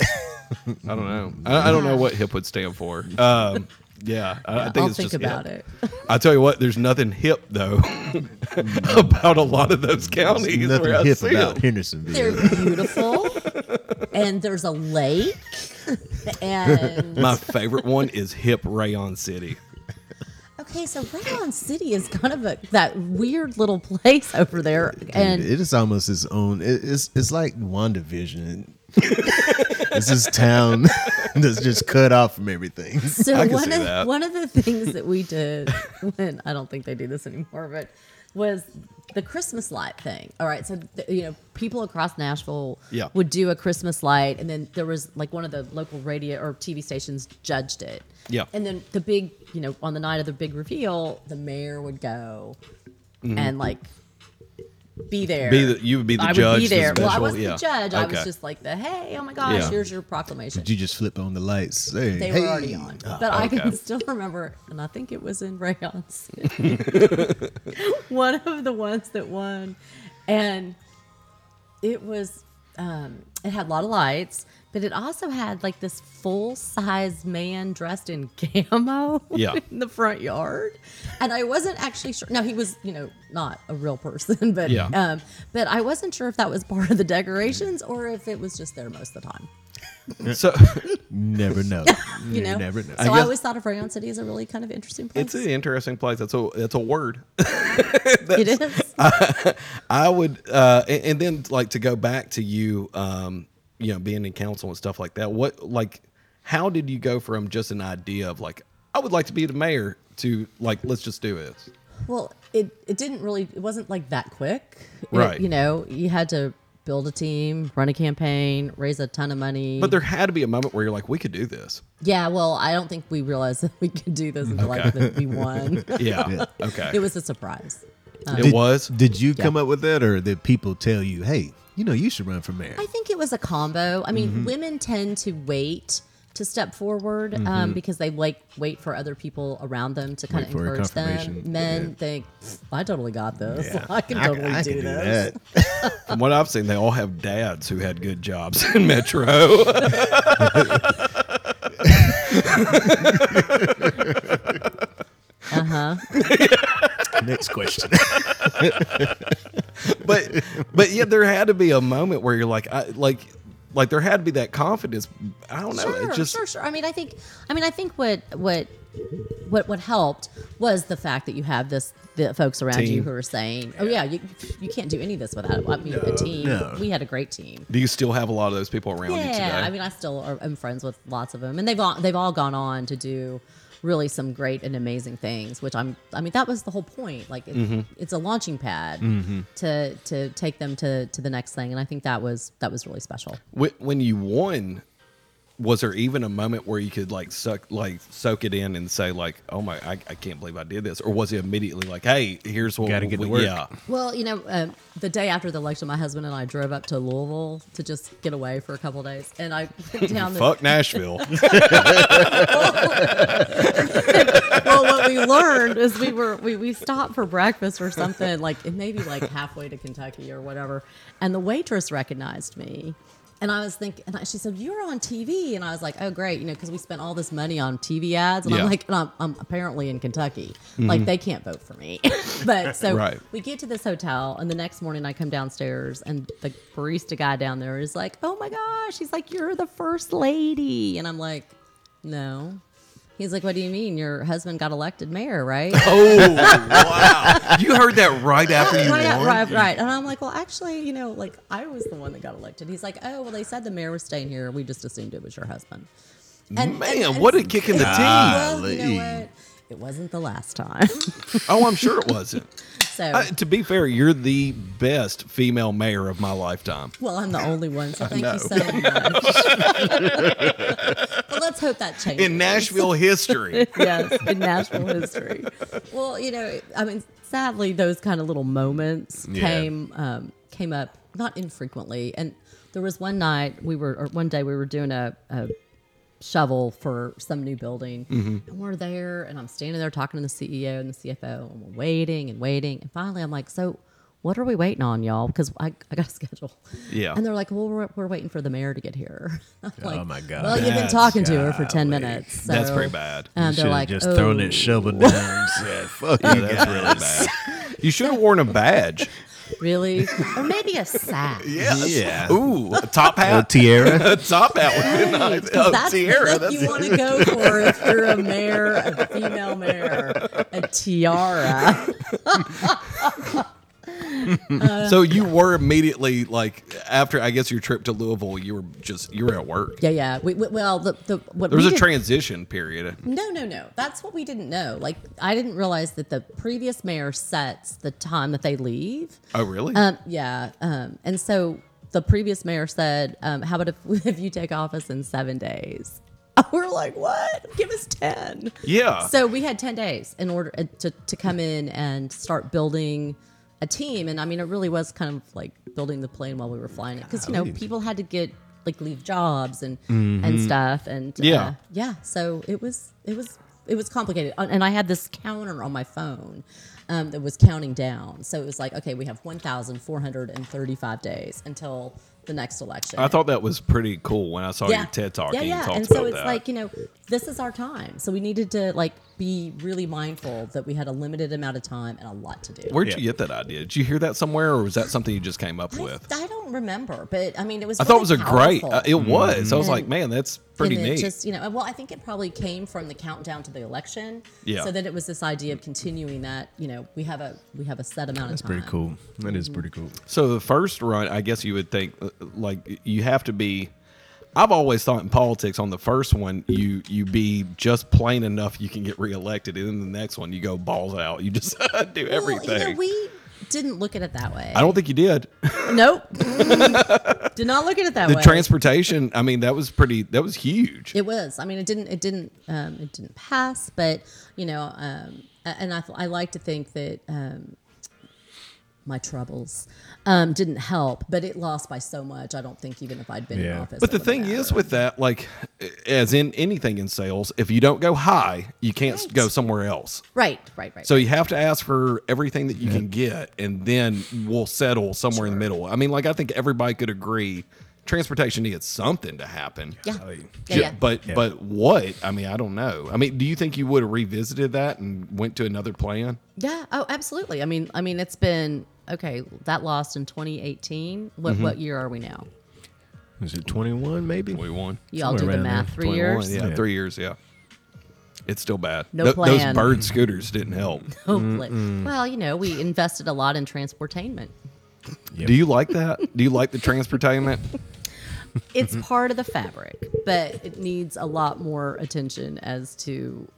Speaker 1: I don't know. I, I don't know what HIP would stand for. Um, yeah, I, I think
Speaker 3: I'll
Speaker 1: it's
Speaker 3: think
Speaker 1: just
Speaker 3: about
Speaker 1: hip.
Speaker 3: it.
Speaker 1: I tell you what, there's nothing hip though about a lot of those counties. where I
Speaker 2: Nothing hip
Speaker 1: see
Speaker 2: about
Speaker 1: it.
Speaker 3: They're
Speaker 2: Hendersonville.
Speaker 3: beautiful, and there's a lake, and
Speaker 1: My favorite one is Hip Rayon City.
Speaker 3: Okay, so Rayon City is kind of a that weird little place over there, and
Speaker 2: it is almost its own. It, it's it's like WandaVision. it's this town that's just cut off from everything.
Speaker 3: so
Speaker 1: I can
Speaker 3: one
Speaker 1: see
Speaker 3: of
Speaker 1: that.
Speaker 3: one of the things that we did when I don't think they do this anymore, but was the Christmas light thing. All right, so th- you know people across Nashville
Speaker 1: Yeah.
Speaker 3: would do a Christmas light, and then there was like one of the local radio or TV stations judged it.
Speaker 1: Yeah.
Speaker 3: and then the big you know on the night of the big reveal, the mayor would go and like. Be
Speaker 1: Mm-hmm.
Speaker 3: there.
Speaker 1: Be the, you would be the
Speaker 3: I would
Speaker 1: judge.
Speaker 3: be
Speaker 1: the
Speaker 3: there. Well, I
Speaker 1: special-
Speaker 3: wasn't
Speaker 1: yeah.
Speaker 3: the judge. I was
Speaker 1: Okay.
Speaker 3: just like the hey, oh my gosh,
Speaker 1: Yeah.
Speaker 3: here's your proclamation.
Speaker 2: You just flip on the lights. Hey,
Speaker 3: They
Speaker 2: hey.
Speaker 3: were already on, but I can still remember, and I think it was in Rayon City, one of the ones that won, and it was um, it had a lot of lights, but it also had like this full size man dressed in camo
Speaker 1: Yeah.
Speaker 3: in the front yard, and I wasn't actually sure. No, he was you know not a real person, but
Speaker 1: Yeah.
Speaker 3: um, but I wasn't sure if that was part of the decorations or if it was just there most of the time.
Speaker 1: So
Speaker 2: Never know.
Speaker 3: You know,
Speaker 2: never know.
Speaker 3: so I,
Speaker 1: I guess-
Speaker 3: always thought of Rayon City as a really kind of interesting place.
Speaker 1: it's an interesting place. That's a that's a word.
Speaker 3: It is.
Speaker 1: I would, uh, and, and then like to go back to you, um, you know, being in council and stuff like that. What, like, how did you go from just an idea of like, I would like to be the mayor to like, let's just do this?
Speaker 3: Well, it, it didn't really, it wasn't like that quick. It-
Speaker 1: Right.
Speaker 3: you know, you had to build a team, run a campaign, raise a ton of money.
Speaker 1: But there had to be a moment where you're like, we could do this.
Speaker 3: yeah, well, I don't think we realized that we could do this until like that we won.
Speaker 1: Yeah.
Speaker 2: Yeah.
Speaker 1: Okay.
Speaker 3: it was a surprise.
Speaker 1: It was.
Speaker 2: Did you come up with that, or did people tell you, "Hey, you know, you should run for mayor"?
Speaker 3: I think it was a combo. I mean,
Speaker 2: Mm-hmm.
Speaker 3: women tend to wait to step forward um, because they like wait for other people around them to kind
Speaker 2: Mm-hmm. Wait
Speaker 3: of
Speaker 2: for a
Speaker 3: encourage them.
Speaker 2: confirmation.
Speaker 3: Men
Speaker 2: Yeah.
Speaker 3: think, I totally got this.
Speaker 2: Yeah.
Speaker 3: I can totally
Speaker 2: I
Speaker 3: do
Speaker 2: can
Speaker 3: this.
Speaker 2: that.
Speaker 1: From what I've seen, they all have dads who had good jobs in Metro.
Speaker 2: Next question.
Speaker 1: but but yeah, there had to be a moment where you're like, I like. Like there had to be that confidence. I don't know.
Speaker 3: Sure,
Speaker 1: it just
Speaker 3: sure, sure. I mean, I think, I mean, I think what what what what helped was the fact that you have this the folks around you
Speaker 1: Team.
Speaker 3: who are saying, "Oh yeah, you, you can't do any of this without I mean, a team."
Speaker 2: no.
Speaker 3: We had a great team.
Speaker 1: Do you still have a lot of those people around you today?
Speaker 3: Yeah, I mean, I still are, am friends with lots of them, and they've all they've all gone on to do really some great and amazing things. Which I'm, I mean, that was the whole point. Like, it,
Speaker 1: Mm-hmm.
Speaker 3: it's a launching pad to to take them to to the next thing, and I think that was that was really special.
Speaker 1: Wh- when you won, was there even a moment where you could like suck, like soak it in and say like, "Oh my, I, I can't believe I did this," or was it immediately like, "Hey, here's what
Speaker 2: Gotta get to
Speaker 1: we-
Speaker 2: work.
Speaker 1: Yeah,
Speaker 3: Well, you know, um, the day after the election, my husband and I drove up to Louisville to just get away for a couple of days, and I went down the
Speaker 1: fuck Nashville.
Speaker 3: well, what we learned is we were we, we stopped for breakfast or something like it maybe like halfway to Kentucky or whatever, and the waitress recognized me, and I was thinking, and I, she said, "You're on TV," and I was like, "Oh, great," you know, because we spent all this money on TV ads, and
Speaker 1: Yeah.
Speaker 3: I'm like, and I'm, I'm apparently in Kentucky, like they can't vote for me, but so
Speaker 1: Right.
Speaker 3: we get to this hotel, and the next morning I come downstairs, and the barista guy down there is like, "Oh my gosh," he's like, "You're the first lady," and I'm like, "No." He's like, "What do you mean? Your husband got elected mayor, right?"
Speaker 1: oh wow, you heard that right after you
Speaker 3: right,
Speaker 1: won.
Speaker 3: right, right. And I'm like, "Well, actually, you know, like I was the one that got elected." He's like, "Oh, well, they said the mayor was staying here. We just assumed it was your husband." And
Speaker 1: Man,
Speaker 3: and- and
Speaker 1: what a kick in the
Speaker 3: it's-
Speaker 1: teeth.
Speaker 3: Well, you know
Speaker 2: Golly.
Speaker 3: what? It wasn't the last time.
Speaker 1: Oh, I'm sure it wasn't.
Speaker 3: so,
Speaker 1: Uh, to be fair, you're the best female mayor of my lifetime.
Speaker 3: well, I'm the only one. So thank
Speaker 1: know.
Speaker 3: you so much. but let's hope that changes
Speaker 1: In Nashville history.
Speaker 3: yes, in national history. Well, you know, I mean, sadly, those kind of little moments
Speaker 2: Yeah.
Speaker 3: came um, came up not infrequently. And there was one night we were, or one day we were doing a, a shovel for some new building, and we're there, and I'm standing there talking to the CEO and the CFO, and we're waiting and waiting, and finally, I'm like, so. What are we waiting on, y'all? Because I, I got a schedule.
Speaker 1: Yeah.
Speaker 3: And they're like, well, we're, we're waiting for the mayor to get here. I'm like,
Speaker 2: my God.
Speaker 3: Well, you've been
Speaker 1: That's-
Speaker 3: talking to her for 10
Speaker 2: golly.
Speaker 3: minutes. So.
Speaker 1: That's pretty bad.
Speaker 3: And
Speaker 2: should
Speaker 3: they're
Speaker 2: have
Speaker 3: like,
Speaker 2: just
Speaker 3: oh.
Speaker 2: thrown that shovel down and said, "Fuck
Speaker 1: Yeah,
Speaker 2: you
Speaker 1: that's
Speaker 2: guys."
Speaker 1: really bad. You should have worn a badge.
Speaker 3: Really? or maybe a sack.
Speaker 2: Yeah.
Speaker 1: Ooh, a top
Speaker 2: Uh,
Speaker 1: hat.
Speaker 2: Tiara.
Speaker 1: a top hat would be nice.
Speaker 3: Because
Speaker 1: Oh,
Speaker 3: that's
Speaker 1: tiara.
Speaker 3: the look
Speaker 1: That's
Speaker 3: you want to go for if you're a mayor, a female mayor, a tiara.
Speaker 1: so you were immediately like after I guess your trip to Louisville, you were just you were at work.
Speaker 3: Yeah, yeah. We, we, well, the, the what
Speaker 1: There was
Speaker 3: we
Speaker 1: a
Speaker 3: did-
Speaker 1: transition period.
Speaker 3: No, no, no. That's what we didn't know. Like, I didn't realize that the previous mayor sets the time that they leave.
Speaker 1: Oh really?
Speaker 3: Um, yeah. Um, and so the previous mayor said, um, "How about if, if you take office in seven days?" We're like, "What? Give us 10.
Speaker 1: Yeah.
Speaker 3: So we had ten days in order uh, to to come in and start building a team. And I mean, it really was kind of like building the plane while we were flying it because you know people had to get like leave jobs and and stuff and uh,
Speaker 1: Mm-hmm. Yeah.
Speaker 3: yeah. So it was it was it was complicated, Uh, and I had this counter on my phone um, that was counting down. So it was like, okay, we have one thousand four hundred and thirty-five days until the next election.
Speaker 1: I thought that was pretty cool when I saw your TED talk.
Speaker 3: Yeah,
Speaker 1: and you
Speaker 3: yeah.
Speaker 1: talked
Speaker 3: And so
Speaker 1: about
Speaker 3: it's
Speaker 1: that.
Speaker 3: like, you know, this is our time. So we needed to like be really mindful that we had a limited amount of time and a lot to do.
Speaker 1: Where'd
Speaker 2: Yeah.
Speaker 1: you get that idea? Did you hear that somewhere, or was that something you just came up
Speaker 3: I,
Speaker 1: with?
Speaker 3: I don't remember, but I mean, it was.
Speaker 1: I thought it was a
Speaker 3: really
Speaker 1: great.
Speaker 3: powerful. Mm-hmm.
Speaker 1: Uh, it was. I was like,
Speaker 3: And-
Speaker 1: man, that's pretty
Speaker 3: and it
Speaker 1: neat.
Speaker 3: Just you know, well, I think it probably came from the countdown to the election.
Speaker 1: Yeah.
Speaker 3: So that it was this idea of continuing that. You know, we have a we have a set amount
Speaker 2: That's
Speaker 3: of time.
Speaker 2: pretty cool. That is pretty cool.
Speaker 1: So the first run, I guess you would think uh, like you have to be. I've always thought in politics on the first one you you be just plain enough you can get reelected, and then the next one you go balls out. You just do everything.
Speaker 3: Well, you know, we Oh, didn't look at it that way.
Speaker 1: I don't think you did.
Speaker 3: nope. Did not look at it that
Speaker 1: The
Speaker 3: way.
Speaker 1: transportation, I mean, that was pretty. That was huge.
Speaker 3: It was. I mean, it didn't. It didn't. Um, it didn't pass. But you know, um, a- and I, I like to think that um, my troubles um, didn't help. But it lost by so much. I don't think even if I'd been in
Speaker 2: Yeah.
Speaker 3: office.
Speaker 1: But
Speaker 3: it
Speaker 1: the
Speaker 3: would've
Speaker 1: thing
Speaker 3: mattered.
Speaker 1: is with that, like, as in anything in sales, if you don't go high, you can't
Speaker 3: Right.
Speaker 1: go somewhere else.
Speaker 3: right, right, right.
Speaker 1: So you have to ask for everything that you can get, and then we'll settle somewhere in the middle. I mean, like I think everybody could agree, transportation needs something to happen.
Speaker 3: yeah.
Speaker 2: I-
Speaker 3: yeah, yeah.
Speaker 1: But
Speaker 2: Yeah.
Speaker 1: but what? I mean, I don't know. I mean, do you think you would have revisited that and went to another plan?
Speaker 3: Yeah. Oh, absolutely. I mean, I mean, it's been okay. That lost in 2018. What what year are we now?
Speaker 2: Is it 21 maybe?
Speaker 1: We won.
Speaker 3: Y'all
Speaker 2: Somewhere around
Speaker 3: do the
Speaker 2: there.
Speaker 3: math. Three
Speaker 1: 21,
Speaker 3: years.
Speaker 1: Yeah,
Speaker 2: Yeah.
Speaker 1: three years. Yeah. It's still bad.
Speaker 3: No
Speaker 1: Those
Speaker 3: plan.
Speaker 1: bird scooters didn't help.
Speaker 3: Hopefully. Well, you know, we invested a lot in transportainment.
Speaker 2: Yep.
Speaker 1: Do you like that? Do you like the transportainment?
Speaker 3: It's part of the fabric, but it needs a lot more attention as to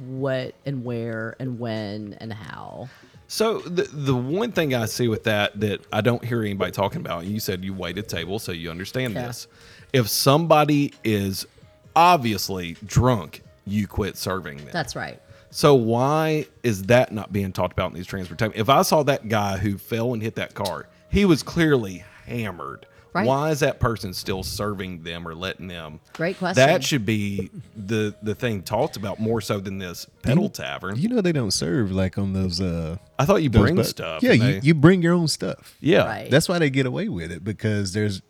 Speaker 3: what and where and when and how.
Speaker 1: So the the one thing I see with that that I don't hear anybody talking about, and you said you wait a table, so you understand
Speaker 3: Yeah.
Speaker 1: this. If somebody is obviously drunk, you quit serving them.
Speaker 3: That's right.
Speaker 1: so why is that not being talked about in these transportation? If I saw that guy who fell and hit that car, he was clearly hammered.
Speaker 3: Right.
Speaker 1: Why is that person still serving them or letting them?
Speaker 3: Great question.
Speaker 1: That should be the the thing talked about more so than this pedal tavern.
Speaker 2: You know they don't serve like on those. uh
Speaker 1: I thought you
Speaker 2: those
Speaker 1: bring
Speaker 2: bu-
Speaker 1: stuff.
Speaker 2: Yeah,
Speaker 1: and
Speaker 2: you,
Speaker 1: they-
Speaker 2: you bring your own stuff.
Speaker 1: yeah.
Speaker 3: Right.
Speaker 2: That's why they get away with it because there's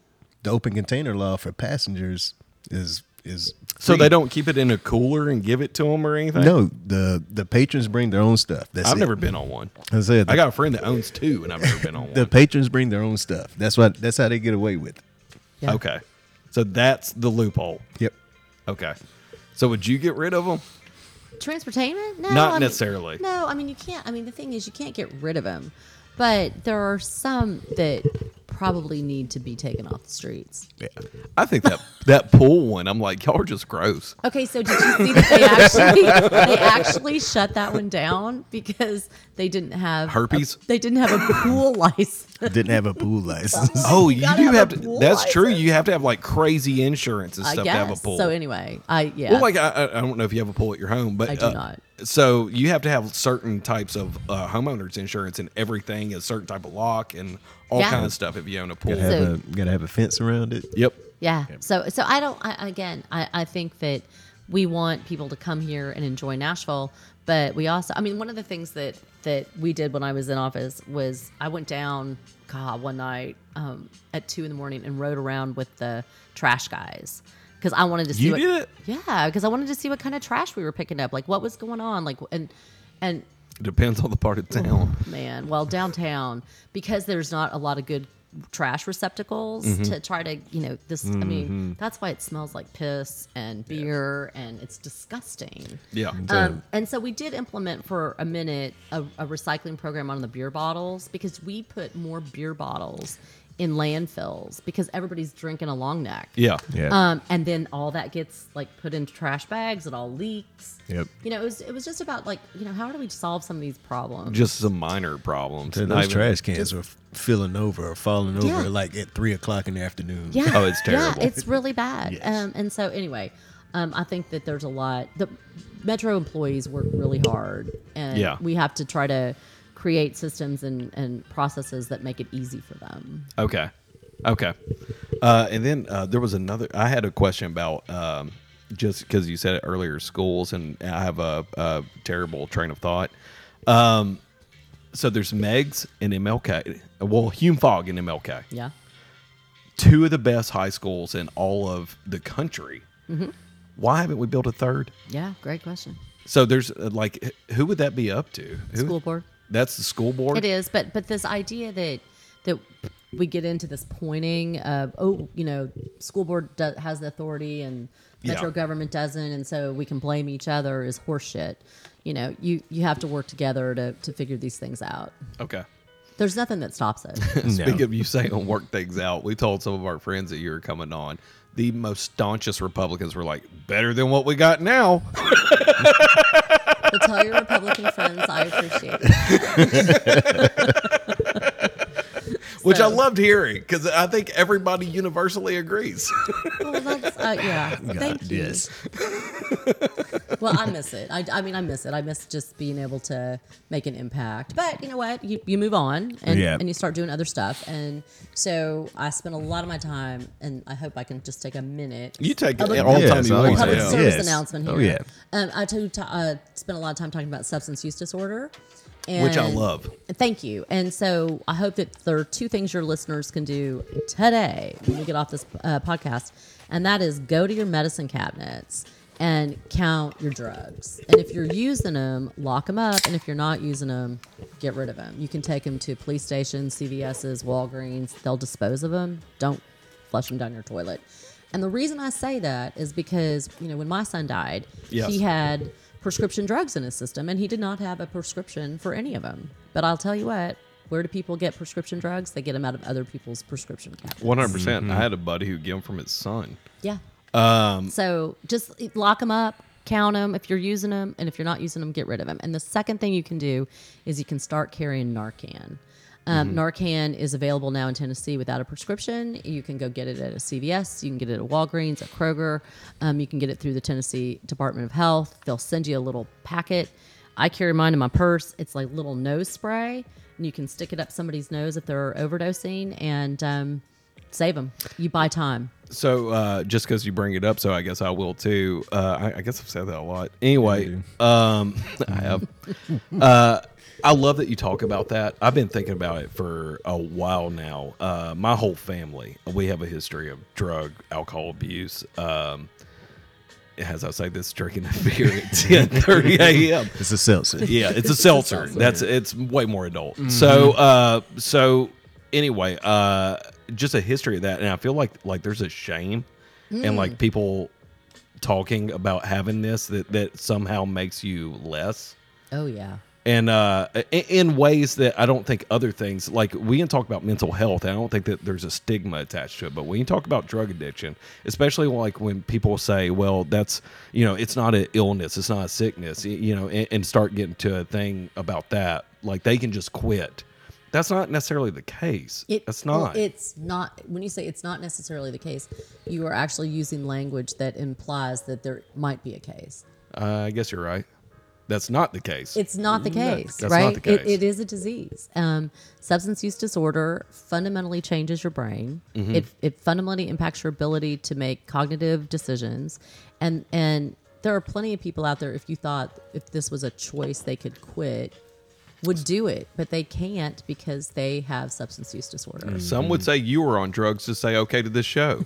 Speaker 2: the open container law for passengers is is
Speaker 1: So
Speaker 2: free.
Speaker 1: they don't keep it in a cooler and give it to them or anything.
Speaker 2: No, the the patrons bring their own stuff. That's
Speaker 1: I've
Speaker 2: it.
Speaker 1: never been on one.
Speaker 2: I said
Speaker 1: I got a friend that owns two, and I've never been on
Speaker 2: the
Speaker 1: one.
Speaker 2: patrons bring their own stuff. That's what that's how they get away with it.
Speaker 3: Yeah.
Speaker 1: Okay, so that's the loophole.
Speaker 2: Yep.
Speaker 1: Okay, so would you get rid of them?
Speaker 3: Transportainment? No,
Speaker 1: Not
Speaker 3: I mean-
Speaker 1: necessarily.
Speaker 3: no, I mean you can't. I mean the thing is you can't get rid of them, but there are some that probably need to be taken off the streets.
Speaker 2: Yeah.
Speaker 1: I think that that pool one. I'm like, y'all are just gross.
Speaker 3: Okay, so did you see that they actually they actually shut that one down because they didn't have a-
Speaker 1: Herpes?
Speaker 3: they didn't have a pool license.
Speaker 2: Didn't have a pool license.
Speaker 1: Oh, you,
Speaker 3: gotta
Speaker 1: do
Speaker 3: have
Speaker 1: have,
Speaker 3: a
Speaker 1: to.
Speaker 3: pool
Speaker 1: That's true.
Speaker 3: license.
Speaker 1: You have to have like crazy insurance and
Speaker 3: I
Speaker 1: stuff to have a
Speaker 3: guess.
Speaker 1: pool.
Speaker 3: So anyway, I yeah.
Speaker 1: Well, like I, I- I don't know if you have a pool at your home, but
Speaker 3: I do
Speaker 1: uh,
Speaker 3: not.
Speaker 1: So you have to have certain types of uh, homeowners insurance and everything, a certain type of lock and all
Speaker 3: Yeah.
Speaker 1: kind of stuff if you own a pool.
Speaker 2: gotta, have
Speaker 3: So-
Speaker 2: a, gotta have a fence around it.
Speaker 1: Yep.
Speaker 3: yeah. So so I don't I, again, I I think that we want people to come here and enjoy Nashville, but we also I mean one of the things that that we did when I was in office was I went down God, one night um, at two in the morning and rode around with the trash guys because I wanted to see
Speaker 1: You
Speaker 3: what,
Speaker 1: did it?
Speaker 3: Yeah, because I wanted to see what kind of trash we were picking up, like what was going on, like and and
Speaker 1: Depends on the part of town.
Speaker 3: man, well downtown because there's not a lot of good trash receptacles
Speaker 1: Mm-hmm.
Speaker 3: to try to you know this. I mean that's why it smells like piss and beer and it's disgusting.
Speaker 1: Yeah.
Speaker 3: Um, and so we did implement for a minute a, a recycling program on the beer bottles because we put more beer bottles in landfills because everybody's drinking a long neck.
Speaker 1: yeah.
Speaker 2: Yeah.
Speaker 3: Um, and then all that gets like put into trash bags. It all leaks.
Speaker 2: Yep.
Speaker 3: You know, it was it was just about like you know how do we solve some of these problems?
Speaker 1: Just some minor problems.
Speaker 2: Those
Speaker 1: Not even-
Speaker 2: trash cans were filling over or falling over
Speaker 3: Yeah.
Speaker 2: like at three o'clock in the afternoon.
Speaker 3: Yeah.
Speaker 1: Oh, it's terrible.
Speaker 3: Yeah, it's really bad.
Speaker 2: Yes.
Speaker 3: Um, and so anyway, um, I think that there's a lot. The metro employees work really hard, and
Speaker 1: Yeah.
Speaker 3: we have to try to create systems and, and processes that make it easy for them.
Speaker 1: Okay. Okay. Uh, and then uh, there was another. I had a question about um, just because you said it earlier, schools, and I have a, a terrible train of thought. Um, so there's Megs and MLK. Well, Hume Fogg and MLK.
Speaker 3: Yeah.
Speaker 1: Two of the best high schools in all of the country.
Speaker 3: Mm-hmm.
Speaker 1: Why haven't we built a third?
Speaker 3: Yeah. Great question.
Speaker 1: So there's uh, like, h- who would that be up to? Who-
Speaker 3: School board.
Speaker 1: That's the school board.
Speaker 3: It is, but but this idea that that we get into this pointing of oh, you know, school board do- has the authority and metro
Speaker 1: Yeah.
Speaker 3: government doesn't, and so we can blame each other is horseshit. You know, you you have to work together to to figure these things out.
Speaker 1: Okay.
Speaker 3: There's nothing that stops it.
Speaker 1: Speaking of you saying work things out, we told some of our friends that you were coming on. The most staunchest Republicans were like, better than what we got now.
Speaker 3: so tell your Republican friends I appreciate it.
Speaker 1: Which I
Speaker 3: So-
Speaker 1: loved hearing because I think everybody universally agrees.
Speaker 3: Well, that's, uh, yeah. Thank you.
Speaker 2: Yes.
Speaker 3: Well, I miss it. I, I mean, I miss it. I miss just being able to make an impact. But you know what? You, you move on and,
Speaker 2: Yeah.
Speaker 3: and you start doing other stuff. And so I spend a lot of my time, and I hope I can just take a minute.
Speaker 1: You take
Speaker 3: Public-
Speaker 1: it all the
Speaker 2: Yes,
Speaker 1: time you
Speaker 2: oh,
Speaker 1: want.
Speaker 3: public
Speaker 2: yeah.
Speaker 3: service
Speaker 2: Yes.
Speaker 3: announcement here.
Speaker 2: Oh, yeah.
Speaker 3: Um, I do ta- uh, spent a lot of time talking about substance use disorder. And
Speaker 1: Which I love.
Speaker 3: Thank you. And so I hope that there are two things your listeners can do today when we get off this uh, podcast, and that is go to your medicine cabinets and count your drugs. And if you're using them, lock them up. And if you're not using them, get rid of them. You can take them to police stations, CVS's, Walgreens. They'll dispose of them. Don't flush them down your toilet. And the reason I say that is because, you know, when my son died,
Speaker 1: Yes.
Speaker 3: he had prescription drugs in his system and he did not have a prescription for any of them. But I'll tell you what, where do people get prescription drugs? They get them out of other people's prescription cabinets.
Speaker 1: One hundred percent. I had a buddy who gave them from his son.
Speaker 3: Yeah. Um, so just lock them up, count them if you're using them, and if you're not using them, get rid of them. And the second thing you can do is you can start carrying Narcan. Um, Narcan is available now in Tennessee without a prescription. You can go get it at a CVS. You can get it at Walgreens, at Kroger. Um, you can get it through the Tennessee Department of Health. They'll send you a little packet. I carry mine in my purse. It's like little nose spray, and you can stick it up somebody's nose if they're overdosing and um, save them. You buy time.
Speaker 1: So uh, just because you bring it up, so I guess I will too. Uh, I, I guess I've said that a lot. Anyway, um, I have. Uh, I love that you talk about that. I've been thinking about it for a while now. Uh, my whole family, we have a history of drug, alcohol abuse. Um, as I say, this drinking a beer at ten thirty a.m.
Speaker 2: It's a seltzer.
Speaker 1: Yeah, it's a seltzer. That's it's way more adult. So uh so anyway, uh just a history of that and I feel like like there's a shame and like people talking about having this that that somehow makes you less
Speaker 3: Oh, yeah.
Speaker 1: and uh, in, in ways that I don't think other things like we can talk about mental health. And I don't think that there's a stigma attached to it, but when you talk about drug addiction, especially like when people say, "Well, that's you know, it's not an illness, it's not a sickness," y- you know, and, and start getting to a thing about that, like they can just quit. That's not necessarily the case. that's
Speaker 3: well,
Speaker 1: not.
Speaker 3: It's not. When you say it's not necessarily the case, you are actually using language that implies that there might be a case.
Speaker 1: uh, I guess you're right. That's not the case.
Speaker 3: It's not the case,
Speaker 1: that's not
Speaker 3: right?
Speaker 1: the
Speaker 3: It-
Speaker 1: case.
Speaker 3: it is a disease. Um, substance use disorder fundamentally changes your brain.
Speaker 1: Mm-hmm.
Speaker 3: It, it fundamentally impacts your ability to make cognitive decisions, and and there are plenty of people out there. If you thought if this was a choice, they could quit, would do it, but they can't because they have substance use disorder.
Speaker 1: Some would say you were on drugs to say okay to this show.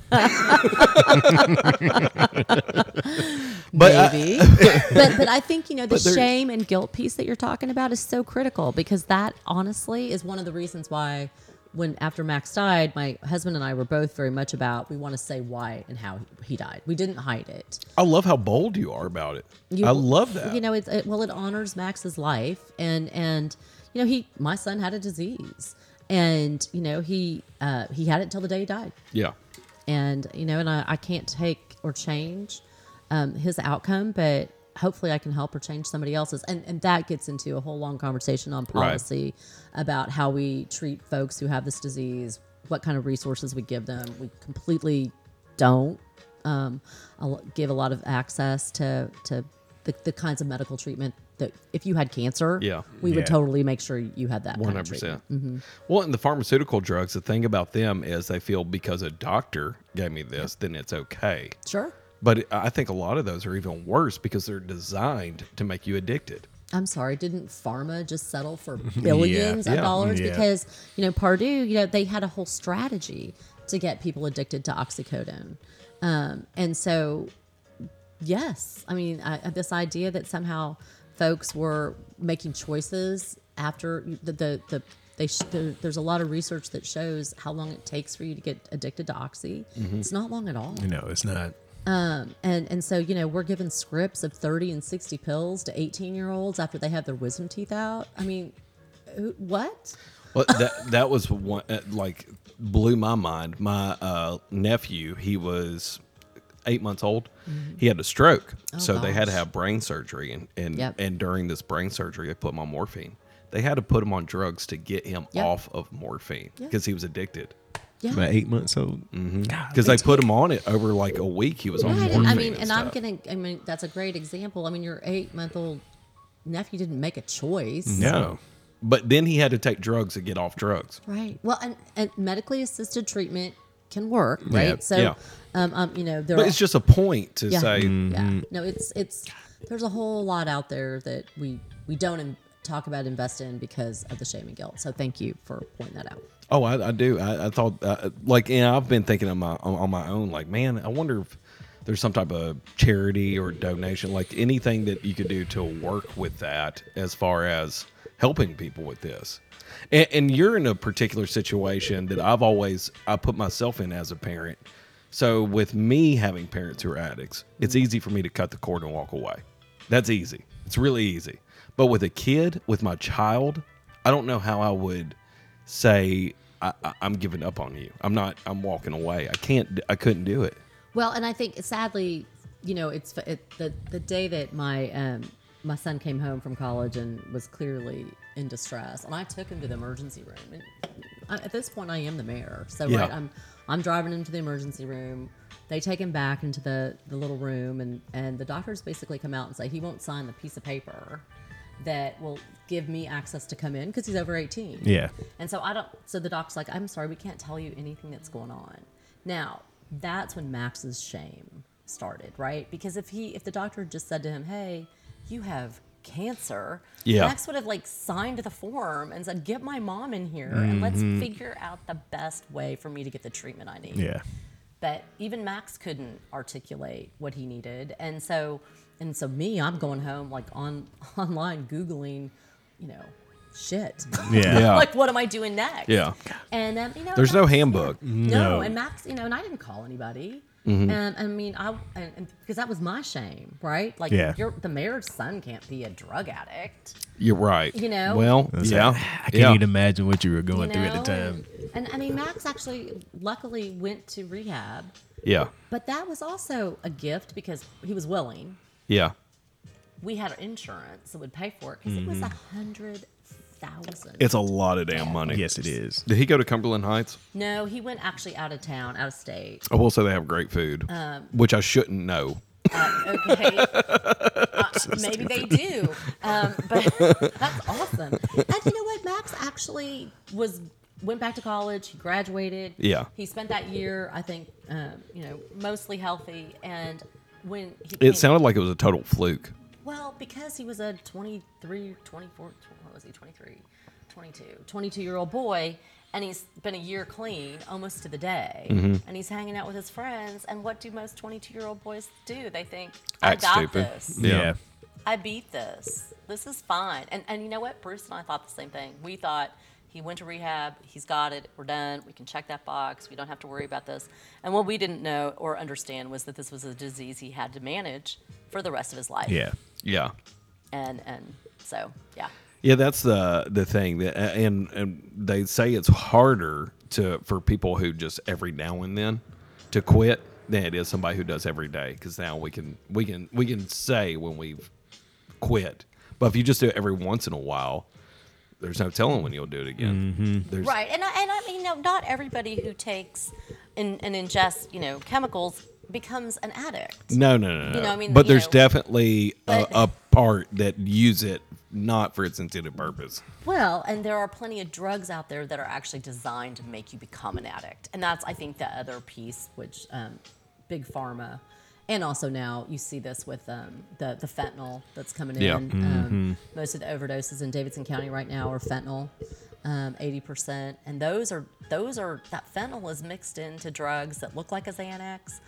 Speaker 1: But I-
Speaker 3: maybe. but but I think you know the
Speaker 1: But there-
Speaker 3: shame and guilt piece that you're talking about is so critical because that honestly is one of the reasons why when after Max died, my husband and I were both very much about we want to say why and how he died. We didn't hide it.
Speaker 1: I love how bold you are about it.
Speaker 3: You-
Speaker 1: I love that.
Speaker 3: You know, it's it, well, it honors Max's life, and and you know, he my son had a disease, and you know, he uh, he had it till the day he died.
Speaker 1: yeah.
Speaker 3: and you know, and I, I can't take or change um, his outcome, but hopefully I can help or change somebody else's. And and that gets into a whole long conversation on
Speaker 1: Right.
Speaker 3: policy about how we treat folks who have this disease, what kind of resources we give them. We completely don't um, a lo- give a lot of access to to the, the kinds of medical treatment that if you had cancer,
Speaker 1: Yeah.
Speaker 3: we
Speaker 2: Yeah.
Speaker 3: would totally make sure you had that
Speaker 1: One
Speaker 3: kind of
Speaker 1: hundred
Speaker 3: treatment. Mm-hmm.
Speaker 1: percent. Well, and the pharmaceutical drugs, the thing about them is they feel because a doctor gave me this, then it's okay.
Speaker 3: Sure.
Speaker 1: But I think a lot of those are even worse because they're designed to make you addicted.
Speaker 3: I'm sorry, didn't pharma just settle for billions
Speaker 1: Yeah.
Speaker 3: of dollars?
Speaker 2: Yeah.
Speaker 3: Because, you know, Purdue, you know, they had a whole strategy to get people addicted to oxycodone. Um, and so, yes, I mean, I, this idea that somehow folks were making choices after the, the, the they sh- there, there's a lot of research that shows how long it takes for you to get addicted to oxy.
Speaker 1: Mm-hmm.
Speaker 3: It's not long at all.
Speaker 2: You know, it's not.
Speaker 3: Um, and and so you know we're given scripts of 30 and 60 pills to 18 year olds after they have their wisdom teeth out i mean who- what
Speaker 1: Well, that that was one uh, like blew my mind. My uh, nephew, he was eight months old. He had a stroke, so they had to
Speaker 3: Mm-hmm. Oh, gosh.
Speaker 1: have brain surgery, and and
Speaker 3: Yep.
Speaker 1: and during this brain surgery, they put him on morphine. They had to put him on drugs to get him
Speaker 3: Yep.
Speaker 1: off of morphine
Speaker 3: Yeah.
Speaker 1: because he was addicted.
Speaker 3: yeah
Speaker 2: About eight months old.
Speaker 1: Because they put him on it over like a week. He was on
Speaker 3: Right,
Speaker 1: morphine.
Speaker 3: and I mean,
Speaker 1: and
Speaker 3: and I'm
Speaker 1: stuff.
Speaker 3: gonna. I mean, that's a great example. I mean, your eight month old nephew didn't make a choice.
Speaker 1: no. But then he had to take drugs to get off drugs.
Speaker 3: Right. Well, and, and medically assisted treatment can work, right? So,
Speaker 1: yeah.
Speaker 3: Um, um, you know, there
Speaker 1: But
Speaker 3: are-
Speaker 1: it's just Mm-hmm. a point to
Speaker 3: Yeah.
Speaker 1: say,
Speaker 3: Yeah. No, it's it's there's a whole lot out there that we we don't in, talk about invest in because of the shame and guilt. So thank you for pointing that out.
Speaker 1: oh, I, I do. I, I thought, uh, like, and I've been thinking on my on, on my own, like, man, I wonder if there's some type of charity or donation, like anything that you could do to work with that, as far as helping people with this. And, and you're in a particular situation that I've always I put myself in as a parent. So with me having parents who are addicts, it's easy for me to cut the cord and walk away. That's easy. It's really easy. But with a kid, with my child, I don't know how I would say I, I, I'm giving up on you. I'm not. I'm walking away. I can't. d- I couldn't do it.
Speaker 3: Well, and I think sadly, you know, it's it, the the day that my um, my son came home from college and was clearly in distress, and I took him to the emergency room. And I, at this point, I am the mayor, so
Speaker 1: Yeah.
Speaker 3: right, I'm I'm driving him to the emergency room. They take him back into the the little room, and and the doctors basically come out and say he won't sign the piece of paper that will give me access to come in because he's over 18.
Speaker 2: Yeah.
Speaker 3: And so I don't. So the doc's like, "I'm sorry, we can't tell you anything that's going on." Now that's when Max's shame started, right? Because if he, if the doctor had just said to him, "Hey, you have cancer,"
Speaker 1: Yeah.
Speaker 3: Max would have like signed the form and said, "Get my mom in here and let's figure out the best way for me to get the treatment I need."
Speaker 2: Mm-hmm. Yeah.
Speaker 3: but even Max couldn't articulate what he needed, and so and so me, I'm going home like on online googling, you know, shit.
Speaker 2: Yeah.
Speaker 1: Yeah.
Speaker 3: like what am I doing next?
Speaker 1: Yeah.
Speaker 3: And um, you know,
Speaker 1: There's no
Speaker 3: Max-
Speaker 1: handbook. Mm-hmm.
Speaker 3: No,
Speaker 2: No.
Speaker 3: and Max, you know, and I didn't call anybody. And I mean, I and, and because that was my shame, right? Like,
Speaker 2: Yeah.
Speaker 3: you're, the mayor's son can't be a drug addict.
Speaker 1: You're right.
Speaker 3: You know?
Speaker 1: Well.
Speaker 2: It's
Speaker 1: yeah.
Speaker 2: like, I can't
Speaker 1: yeah.
Speaker 2: even imagine what you were
Speaker 3: You
Speaker 2: going
Speaker 3: know?
Speaker 2: through at the time.
Speaker 3: And, and I mean, Max actually luckily went to rehab,
Speaker 1: Yeah.
Speaker 3: but that was also a gift because he was willing.
Speaker 1: Yeah.
Speaker 3: We had insurance that would pay for it because it
Speaker 1: Mm-hmm.
Speaker 3: was a hundred thousand.
Speaker 1: It's a lot of damn money.
Speaker 2: Yes, it is.
Speaker 1: Did he go to Cumberland Heights?
Speaker 3: No, he went actually out of town, out of state.
Speaker 1: I will say they have great food,
Speaker 3: Um,
Speaker 1: which I shouldn't know.
Speaker 3: okay. Uh, maybe they do. Um, but that's awesome. And you know what? Max actually was went back to college. He graduated.
Speaker 1: Yeah.
Speaker 3: He spent that year, I think, um, you know, mostly healthy. And when he came-
Speaker 1: It sounded like it was a total fluke.
Speaker 3: well, because he was a 23, 24, what was he, 23, 22, 22 year old boy, and he's been a year clean almost to the day,
Speaker 1: Mm-hmm.
Speaker 3: and he's hanging out with his friends. And what do most 22 year old boys do? They think, I
Speaker 1: Act
Speaker 3: got
Speaker 1: stupid.
Speaker 3: this.
Speaker 1: Yeah.
Speaker 3: I beat this. This is fine. And, and you know what? Bruce and I thought the same thing. We thought he went to rehab. He's got it. We're done. We can check that box. We don't have to worry about this. And what we didn't know or understand was that this was a disease he had to manage for the rest of his life.
Speaker 2: Yeah.
Speaker 1: Yeah.
Speaker 3: And and so yeah.
Speaker 1: Yeah, that's the the thing that, and and they say it's harder to for people who just every now and then to quit than it is somebody who does every day because now we can we can we can say when we've quit, but if you just do it every once in a while, there's no telling when you'll do it again. There's,
Speaker 3: Right. And I, and I mean, you know, not everybody who takes and, and ingests, you know, chemicals becomes an addict.
Speaker 1: No, no, no, no.
Speaker 3: know, I mean,
Speaker 1: but
Speaker 3: you
Speaker 1: there's
Speaker 3: know,
Speaker 1: definitely
Speaker 3: but-
Speaker 1: a, a part that use it not for its intended purpose.
Speaker 3: Well, and there are plenty of drugs out there that are actually designed to make you become an addict. And that's, I think, the other piece, which um, big pharma, and also now you see this with um, the, the fentanyl that's coming in.
Speaker 1: Yeah. Mm-hmm.
Speaker 3: Um, most of the overdoses in Davidson County right now are fentanyl. Um, 80% and those are those are that fentanyl is mixed into drugs that look like a xanax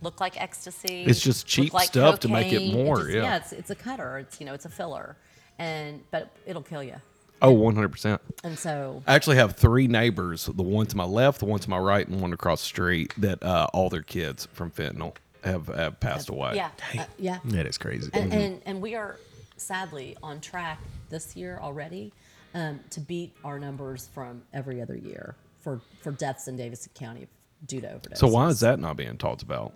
Speaker 3: look like ecstasy
Speaker 1: It's just
Speaker 3: look
Speaker 1: cheap
Speaker 3: like
Speaker 1: stuff to make it
Speaker 3: cocaine.
Speaker 1: more,
Speaker 3: just-
Speaker 1: yeah.
Speaker 3: yeah it's, it's a cutter it's you know it's a filler and but it'll kill you
Speaker 1: Oh, 100 percent.
Speaker 3: and so
Speaker 1: I actually have three neighbors: the one to my left, the one to my right, and one across the street. That uh, all their kids from fentanyl have, have passed away.
Speaker 3: Yeah, uh, yeah.
Speaker 2: That is crazy.
Speaker 3: And, and and we are sadly on track this year already um, to beat our numbers from every other year for for deaths in Davidson County due to overdose.
Speaker 1: So why is that not being talked about?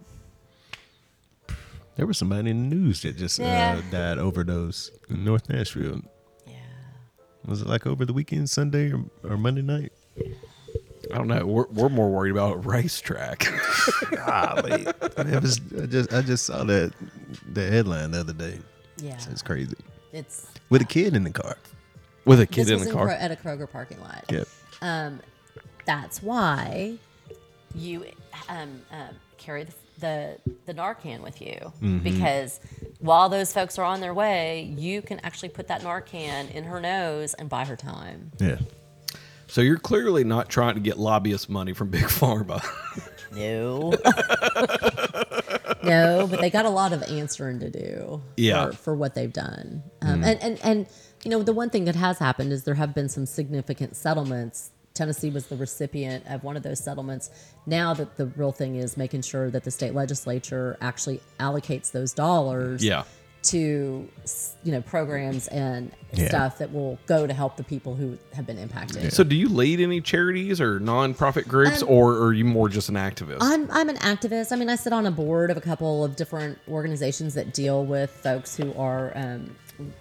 Speaker 2: There was somebody in the news that just
Speaker 3: Yeah.
Speaker 2: uh, died overdose in North Nashville.
Speaker 3: Yeah.
Speaker 2: Was it like over the weekend, Sunday or, or Monday night?
Speaker 1: I don't know. We're, we're more worried about a racetrack.
Speaker 2: Golly. Ah, it was, I, just, I just saw that the headline the other day.
Speaker 3: Yeah.
Speaker 2: It's crazy.
Speaker 3: It's
Speaker 2: With a kid in the car.
Speaker 1: with a kid
Speaker 3: this
Speaker 1: in
Speaker 3: was
Speaker 1: the
Speaker 3: in
Speaker 1: car.
Speaker 3: Kro- at a Kroger parking lot.
Speaker 2: Yeah.
Speaker 3: That's why you um, um, carry the, the the Narcan with you
Speaker 1: Mm-hmm.
Speaker 3: because while those folks are on their way, you can actually put that Narcan in her nose and buy her time.
Speaker 2: Yeah.
Speaker 1: so you're clearly not trying to get lobbyist money from big pharma.
Speaker 3: No. no, but they got a lot of answering to do
Speaker 1: Yeah. Mm-hmm.
Speaker 3: for, for what they've done. Um, and, and, and, you know, the one thing that has happened is there have been some significant settlements Tennessee was the recipient of one of those settlements. Now that the real thing is making sure that the state legislature actually allocates those dollars
Speaker 1: Yeah.
Speaker 3: to s- you know programs and
Speaker 2: Yeah.
Speaker 3: stuff that will go to help the people who have been impacted.
Speaker 1: So, do you lead any charities or nonprofit groups,
Speaker 3: Um,
Speaker 1: or are you more just an activist?
Speaker 3: I'm I'm an activist. I mean, I sit on a board of a couple of different organizations that deal with folks who are um,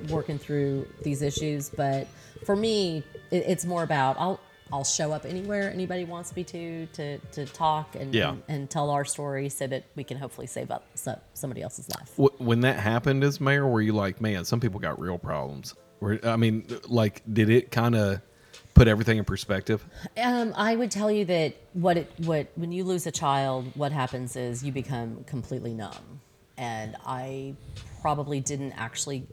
Speaker 3: working through these issues. But for me, it, it's more about I'll I'll show up anywhere anybody wants me to to to talk and
Speaker 1: Yeah.
Speaker 3: and, and tell our story so that we can hopefully save up so, somebody else's life.
Speaker 1: Wh- when that happened as mayor, were you like, man, some people got real problems? Were, I mean, like, did it kind of put everything in perspective?
Speaker 3: Um, I would tell you that what it what when you lose a child, what happens is you become completely numb, and I probably didn't actually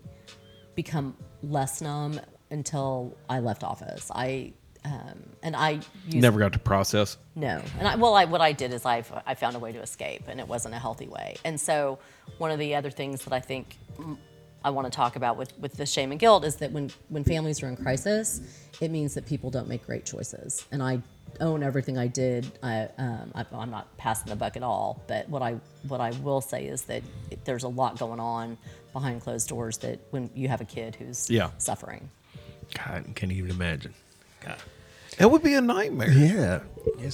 Speaker 3: become less numb until I left office. I um, and I used,
Speaker 1: Never got to process.
Speaker 3: no. And I, well, I, what I did is I, I found a way to escape, and it wasn't a healthy way. And so, one of the other things that I think mm, I want to talk about with, with the shame and guilt is that when, when families are in crisis, it means that people don't make great choices. And I own everything I did. I, um, I, I'm not passing the buck at all. But what I, what I will say is that it- there's a lot going on behind closed doors that when you have a kid who's
Speaker 1: Yeah.
Speaker 3: suffering.
Speaker 2: God, can't even imagine. God.
Speaker 1: That would be a nightmare.
Speaker 2: Yeah.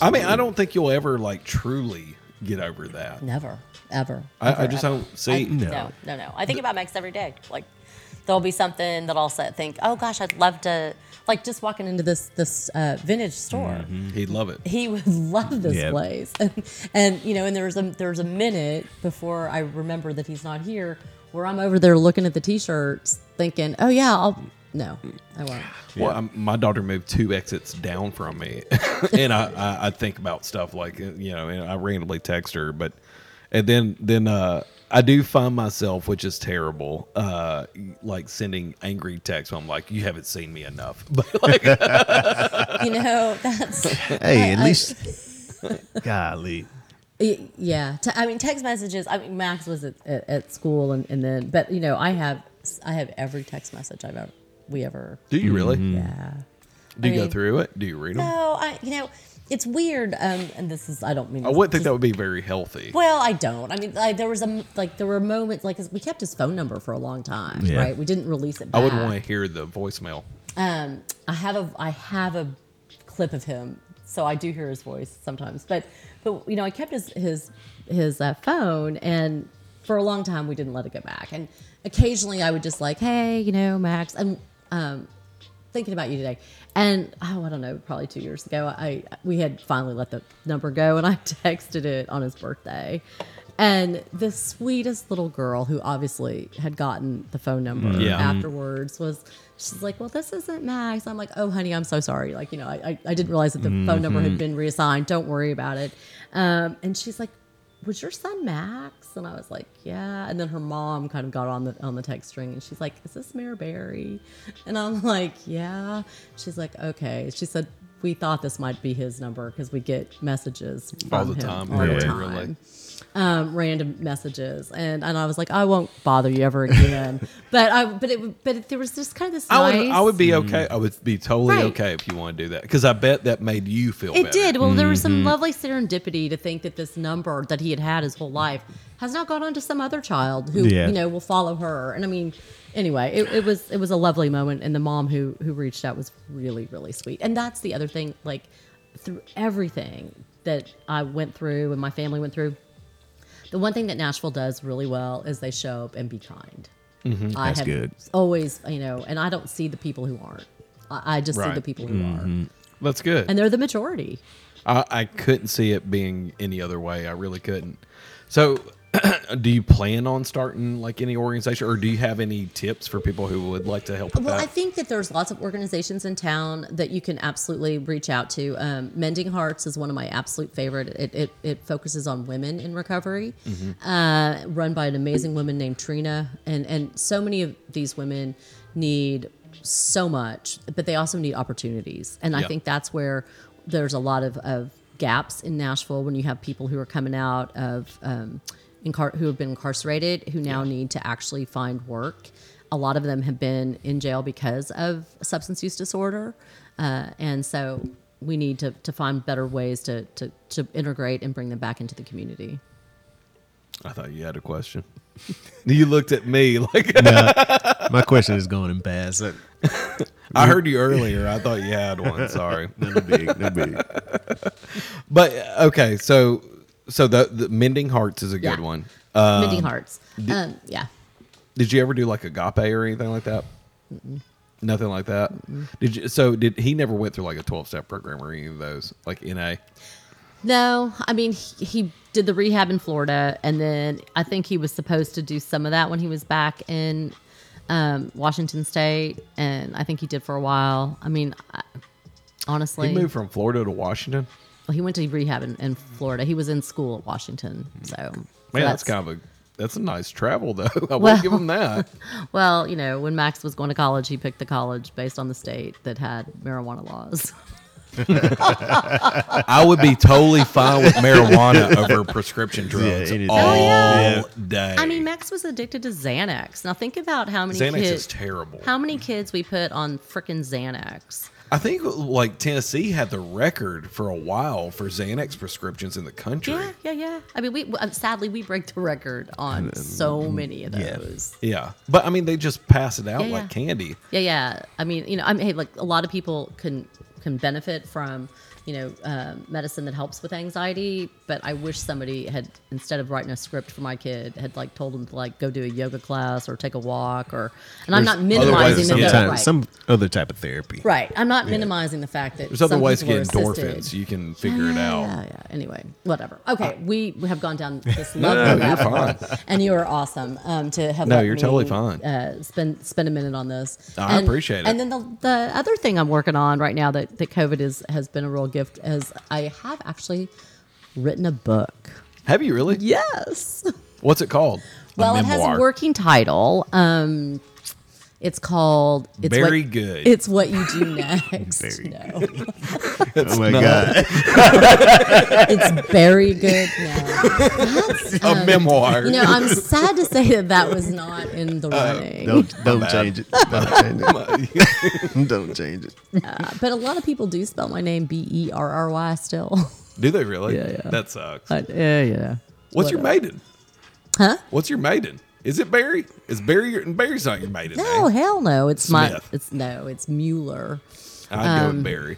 Speaker 1: I mean, I don't think you'll ever like truly get over that.
Speaker 3: Never, ever.
Speaker 1: I, I
Speaker 3: ever,
Speaker 1: just
Speaker 3: ever.
Speaker 1: don't see.
Speaker 3: no. no, no, I think about Max every day. Like there'll be something that I'll say, think, oh gosh, I'd love to. Like just walking into this this uh, vintage store,
Speaker 1: He'd love it.
Speaker 3: he would love this
Speaker 2: Yeah.
Speaker 3: place. And, and you know, and there was a there was a minute before I remember that he's not here, where I'm over there looking at the t-shirts, thinking, oh yeah, I'll no, I won't.
Speaker 1: Well, I'm, my daughter moved two exits down from me, and I, I, I think about stuff like uh, you know, and I randomly text her, but and then then uh, I do find myself, which is terrible, uh, like sending angry texts. When I'm like, you haven't seen me enough, but like,
Speaker 3: You know, that's
Speaker 2: Hey, at
Speaker 3: I-
Speaker 2: least. golly.
Speaker 3: Y- Yeah, Te- I mean text messages. I mean Max was at, at, at school, and, and then but you know I have I have every text message I've ever we ever.
Speaker 1: do you really? Mm.
Speaker 3: Yeah.
Speaker 1: Do you
Speaker 3: I
Speaker 1: go
Speaker 3: mean-
Speaker 1: through it? Do you read them?
Speaker 3: No, I you know it's weird. Um, and this is I don't mean.
Speaker 1: I wouldn't think that would be very healthy.
Speaker 3: Well, I don't. I mean, I, there was a m- like there were moments like 'cause we kept his phone number for a long time,
Speaker 2: Yeah.
Speaker 3: right? We didn't release it.
Speaker 1: I
Speaker 3: Back.
Speaker 1: wouldn't want to hear the voicemail.
Speaker 3: um, I have a I have a clip of him, so I do hear his voice sometimes. But but you know, I kept his his his uh, phone, and for a long time we didn't let it go back. And occasionally I would just like, hey, you know, Max, I'm um, thinking about you today. And oh, I don't know, probably two years ago, I we had finally let the number go, and I texted it on his birthday. And the sweetest little girl who obviously had gotten the phone number
Speaker 1: Yeah.
Speaker 3: after afterwards was she's like, Well, this isn't Max. I'm like, Oh, honey, I'm so sorry. Like, you know, I, I, I didn't realize that the phone number had been reassigned. Don't worry about it. Um, and she's like, Was your son Max? And I was like, Yeah. And then her mom kind of got on the on the text string and she's like, Is this Mayor Barry? And I'm like, Yeah. She's like, Okay. She said, We thought this might be his number because we get messages from
Speaker 1: All the
Speaker 3: him
Speaker 1: time,
Speaker 3: all
Speaker 1: really,
Speaker 3: the time
Speaker 1: really.
Speaker 3: um, random messages, and and I was like, I won't bother you ever again. but I but it but it, there was just kind of this.
Speaker 1: I would,
Speaker 3: nice-
Speaker 1: I would be okay. I would be totally
Speaker 3: Right.
Speaker 1: okay if you want to do that because I bet that made you feel.
Speaker 3: It
Speaker 1: better.
Speaker 3: did. Well, there was
Speaker 2: Mm-hmm.
Speaker 3: some lovely serendipity to think that this number that he had had his whole life has now gone on to some other child who
Speaker 2: Yeah.
Speaker 3: you know will follow her. And I mean, anyway, it, it was it was a lovely moment, and the mom who who reached out was really really sweet. And that's the other thing, like through everything that I went through and my family went through. The one thing that Nashville does really well is they show up and be kind. I
Speaker 2: Mm-hmm. That's
Speaker 3: have
Speaker 2: good.
Speaker 3: always, you know, and I don't see the people who aren't. I, I just see
Speaker 1: Right.
Speaker 3: the people who
Speaker 2: Mm-hmm.
Speaker 3: are,
Speaker 1: That's good.
Speaker 3: and they're the majority.
Speaker 1: I, I couldn't see it being any other way. I really couldn't. So, do you plan on starting like any organization, or do you have any tips for people who would like to help with
Speaker 3: Well,
Speaker 1: that?
Speaker 3: I think that there's lots of organizations in town that you can absolutely reach out to. Um, Mending Hearts is one of my absolute favorite. It, it, it focuses on women in recovery, uh, run by an amazing woman named Trina, and and so many of these women need so much, but they also need opportunities, and
Speaker 1: Yeah.
Speaker 3: I think that's where there's a lot of, of gaps in Nashville when you have people who are coming out of um, incar- who have been incarcerated who now need to actually find work. A lot of them have been in jail because of substance use disorder, uh, and so we need to, to find better ways to, to, to integrate and bring them back into the community.
Speaker 1: I thought you had a question. you looked at me like
Speaker 2: My question is going in bass.
Speaker 1: I heard you earlier. I thought you had one. Sorry.
Speaker 2: No big, no big.
Speaker 1: But uh, okay, so so the, the mending hearts is a good
Speaker 3: Yeah.
Speaker 1: one.
Speaker 3: Mending hearts. um, yeah.
Speaker 1: Did you ever do like agape or anything like that? Nothing like that. Did you? So did he never went through like a twelve step program or any of those like NA?
Speaker 3: No, I mean he, he did the rehab in Florida, and then I think he was supposed to do some of that when he was back in um, Washington State, and I think he did for a while. I mean, I, honestly,
Speaker 1: He moved from Florida to Washington.
Speaker 3: well, he went to rehab in, in Florida. He was in school at Washington, so man,
Speaker 1: Man, that's, kind of a that's a nice travel though. I will
Speaker 3: Well-
Speaker 1: give him that.
Speaker 3: well, you know, when Max was going to college, he picked the college based on the state that had marijuana laws.
Speaker 1: I would be totally fine with marijuana over prescription drugs
Speaker 2: anything.
Speaker 1: all
Speaker 2: Oh,
Speaker 3: yeah.
Speaker 1: day.
Speaker 3: I mean, Max was addicted to Xanax. Now think about how many
Speaker 1: Xanax
Speaker 3: kids,
Speaker 1: is terrible.
Speaker 3: how many kids we put on frickin' Xanax.
Speaker 1: I think like Tennessee had the record for a while for Xanax prescriptions in the country.
Speaker 3: Yeah, yeah, yeah. I mean, we uh, sadly we break the record on so many of
Speaker 2: yeah.
Speaker 3: those.
Speaker 1: mm, Yeah. But I mean, they just pass it out
Speaker 3: Yeah,
Speaker 1: like
Speaker 3: yeah.
Speaker 1: candy.
Speaker 3: Yeah, yeah. I mean, you know, I mean, hey, like a lot of people can can benefit from you know uh, medicine that helps with anxiety, but I wish somebody had instead of writing a script for my kid had like told them to like go do a yoga class or take a walk or. And I'm not minimizing that.
Speaker 1: sometimes-
Speaker 3: that- Right.
Speaker 2: some other type of therapy.
Speaker 3: right. I'm not minimizing the fact that
Speaker 1: There's other
Speaker 3: some
Speaker 1: ways to
Speaker 3: people
Speaker 1: get
Speaker 3: are
Speaker 1: endorphins.
Speaker 3: assisted.
Speaker 1: You can figure it out. Uh,
Speaker 3: Yeah, yeah. Anyway, whatever. Okay, we we have gone down this lovely
Speaker 1: no, you're
Speaker 3: rabbit hole, and you are awesome um, to have.
Speaker 1: No,
Speaker 3: let
Speaker 1: you're
Speaker 3: me,
Speaker 1: totally fine.
Speaker 3: Uh, spend spend a minute on this.
Speaker 1: I
Speaker 3: And-
Speaker 1: appreciate it.
Speaker 3: And then the, the other thing I'm working on right now that that COVID is has been a real gift is I have actually written a book.
Speaker 1: Have you really?
Speaker 3: Yes.
Speaker 1: What's it called?
Speaker 3: Well,
Speaker 1: a
Speaker 3: it
Speaker 1: memoir.
Speaker 3: has a working title. Um, it's called it's
Speaker 1: Very
Speaker 3: what,
Speaker 1: good.
Speaker 3: It's what you do next.
Speaker 2: Very
Speaker 3: no.
Speaker 2: oh my god.
Speaker 3: It's very good. No. That's,
Speaker 1: a memoir.
Speaker 3: You know, I'm sad to say that that was not in
Speaker 1: Uh,
Speaker 3: the running.
Speaker 2: Don't don't
Speaker 1: bad.
Speaker 2: change it. Don't change it. don't change it.
Speaker 3: Uh, but a lot of people do spell my name B E R R Y still.
Speaker 1: Do they really?
Speaker 3: Yeah, yeah.
Speaker 1: That sucks.
Speaker 3: But, Uh, yeah, yeah.
Speaker 1: What's your maiden?
Speaker 3: Huh?
Speaker 1: What's your maiden? Is it Barry? Is Barry your Barry's not your maiden
Speaker 3: No,
Speaker 1: name?
Speaker 3: hell no. It's my.
Speaker 1: Smith.
Speaker 3: It's no. It's Mueller.
Speaker 1: I'd
Speaker 3: Um.
Speaker 1: go with Barry.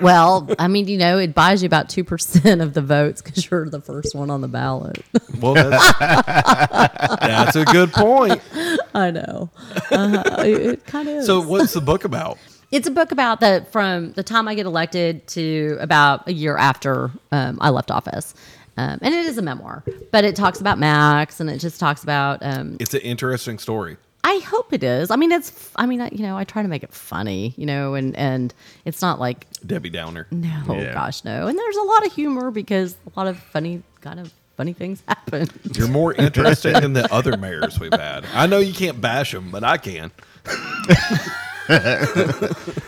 Speaker 3: Well, I mean, you know, it buys you about two percent of the votes because you're the first one on the ballot.
Speaker 1: Well, that's, that's a good point.
Speaker 3: I know. Uh, it, it kind of.
Speaker 1: So, what's the book about?
Speaker 3: It's a book about the from the time I get elected to about a year after um, I left office, um, and it is a memoir. But it talks about Max, and it just talks about. Um,
Speaker 1: It's an interesting story.
Speaker 3: I hope it is. I mean, it's. f- I mean, I, you know, I try to make it funny, you know, and and it's not like
Speaker 1: Debbie Downer.
Speaker 3: no, oh
Speaker 2: Yeah.
Speaker 3: gosh, no. And there's a lot of humor because a lot of funny kind of funny things happen.
Speaker 1: You're more interesting than the other mayors we've had. I know you can't bash them, but I can.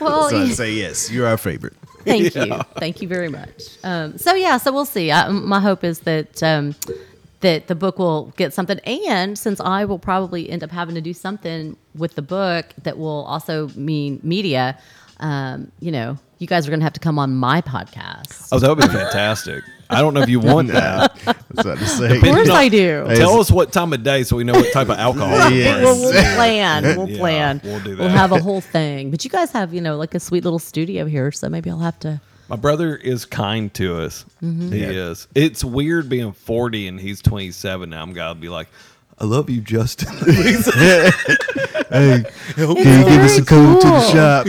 Speaker 3: Well,
Speaker 2: So
Speaker 3: you-
Speaker 2: I'd say yes. You're our favorite.
Speaker 3: Thank you. Thank you very much. Um, so yeah, so we'll see. I, my hope is that um, that the book will get something, and since I will probably end up having to do something with the book, that will also mean media. Um, you know, you guys are going to have to come on my podcast.
Speaker 1: Oh, that would be fantastic. I don't know if you want that.
Speaker 2: That's what I'd say.
Speaker 3: Of course
Speaker 1: no.
Speaker 3: I do.
Speaker 2: Hey,
Speaker 1: Tell us what time of day so we know what type of alcohol.
Speaker 2: Yeah.
Speaker 1: Yeah.
Speaker 3: Well, we'll plan. We'll
Speaker 1: Yeah,
Speaker 3: plan.
Speaker 1: we'll do
Speaker 3: we'll
Speaker 1: that.
Speaker 3: have a whole thing. But you guys have, you know, like a sweet little studio here, so maybe I'll have to.
Speaker 1: My brother is kind to us.
Speaker 3: Mm-hmm.
Speaker 1: He is. It's weird being 40 and he's 27 now. I'm going to be like, I love you, Justin.
Speaker 2: Hey,
Speaker 3: It's very cool.
Speaker 2: shop?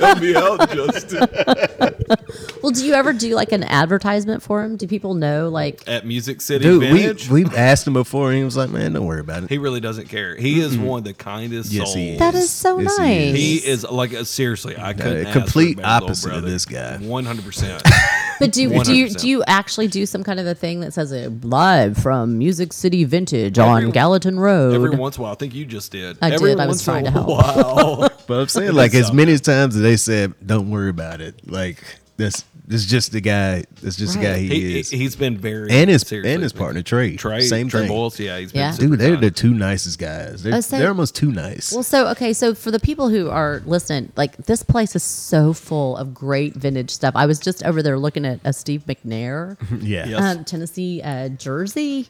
Speaker 1: Help me out, Justin.
Speaker 3: Well, do you ever do like an advertisement for him? Do people know like
Speaker 1: At Music City
Speaker 2: Dude,
Speaker 1: Vintage.
Speaker 2: we we've asked him before, and he was like, "Man, don't worry about it."
Speaker 1: he really doesn't care. He is one of the kindest
Speaker 2: Yes,
Speaker 1: souls.
Speaker 2: he is.
Speaker 3: That is so
Speaker 2: Yes,
Speaker 3: nice.
Speaker 1: He is like uh, seriously, I couldn't. ask for a
Speaker 2: complete
Speaker 1: better little
Speaker 2: opposite of
Speaker 1: brother.
Speaker 2: this guy.
Speaker 1: 100%.
Speaker 3: But do do you
Speaker 1: 100%.
Speaker 3: do you actually do some kind of a thing that says uh, live from Music City Vintage on
Speaker 1: Every-
Speaker 3: Gallatin Road?
Speaker 1: Every once in a while, I think you just did.
Speaker 3: I
Speaker 1: Every
Speaker 3: did, I was
Speaker 1: once in
Speaker 3: trying
Speaker 1: a
Speaker 3: to help.
Speaker 1: While.
Speaker 2: But I'm saying, like, as many times as they said, "Don't worry about it," like That's that's just the guy. That's just the guy
Speaker 3: Right.
Speaker 2: he,
Speaker 1: He,
Speaker 2: is.
Speaker 1: has been very
Speaker 2: and his
Speaker 1: seriously-
Speaker 2: and his partner Trey.
Speaker 1: Trey
Speaker 2: Same
Speaker 1: Trey
Speaker 2: thing.
Speaker 1: Boyles, yeah, he's been
Speaker 3: Yeah.
Speaker 1: super
Speaker 2: Dude, they're
Speaker 1: kind.
Speaker 2: the two nicest guys. They're,
Speaker 3: Oh, so-
Speaker 2: they're almost too nice.
Speaker 3: Well, so okay, so for the people who are listening, like this place is so full of great vintage stuff. I was just over there looking at a Steve McNair,
Speaker 2: yeah.
Speaker 1: Yeah.
Speaker 3: um, Tennessee uh, jersey,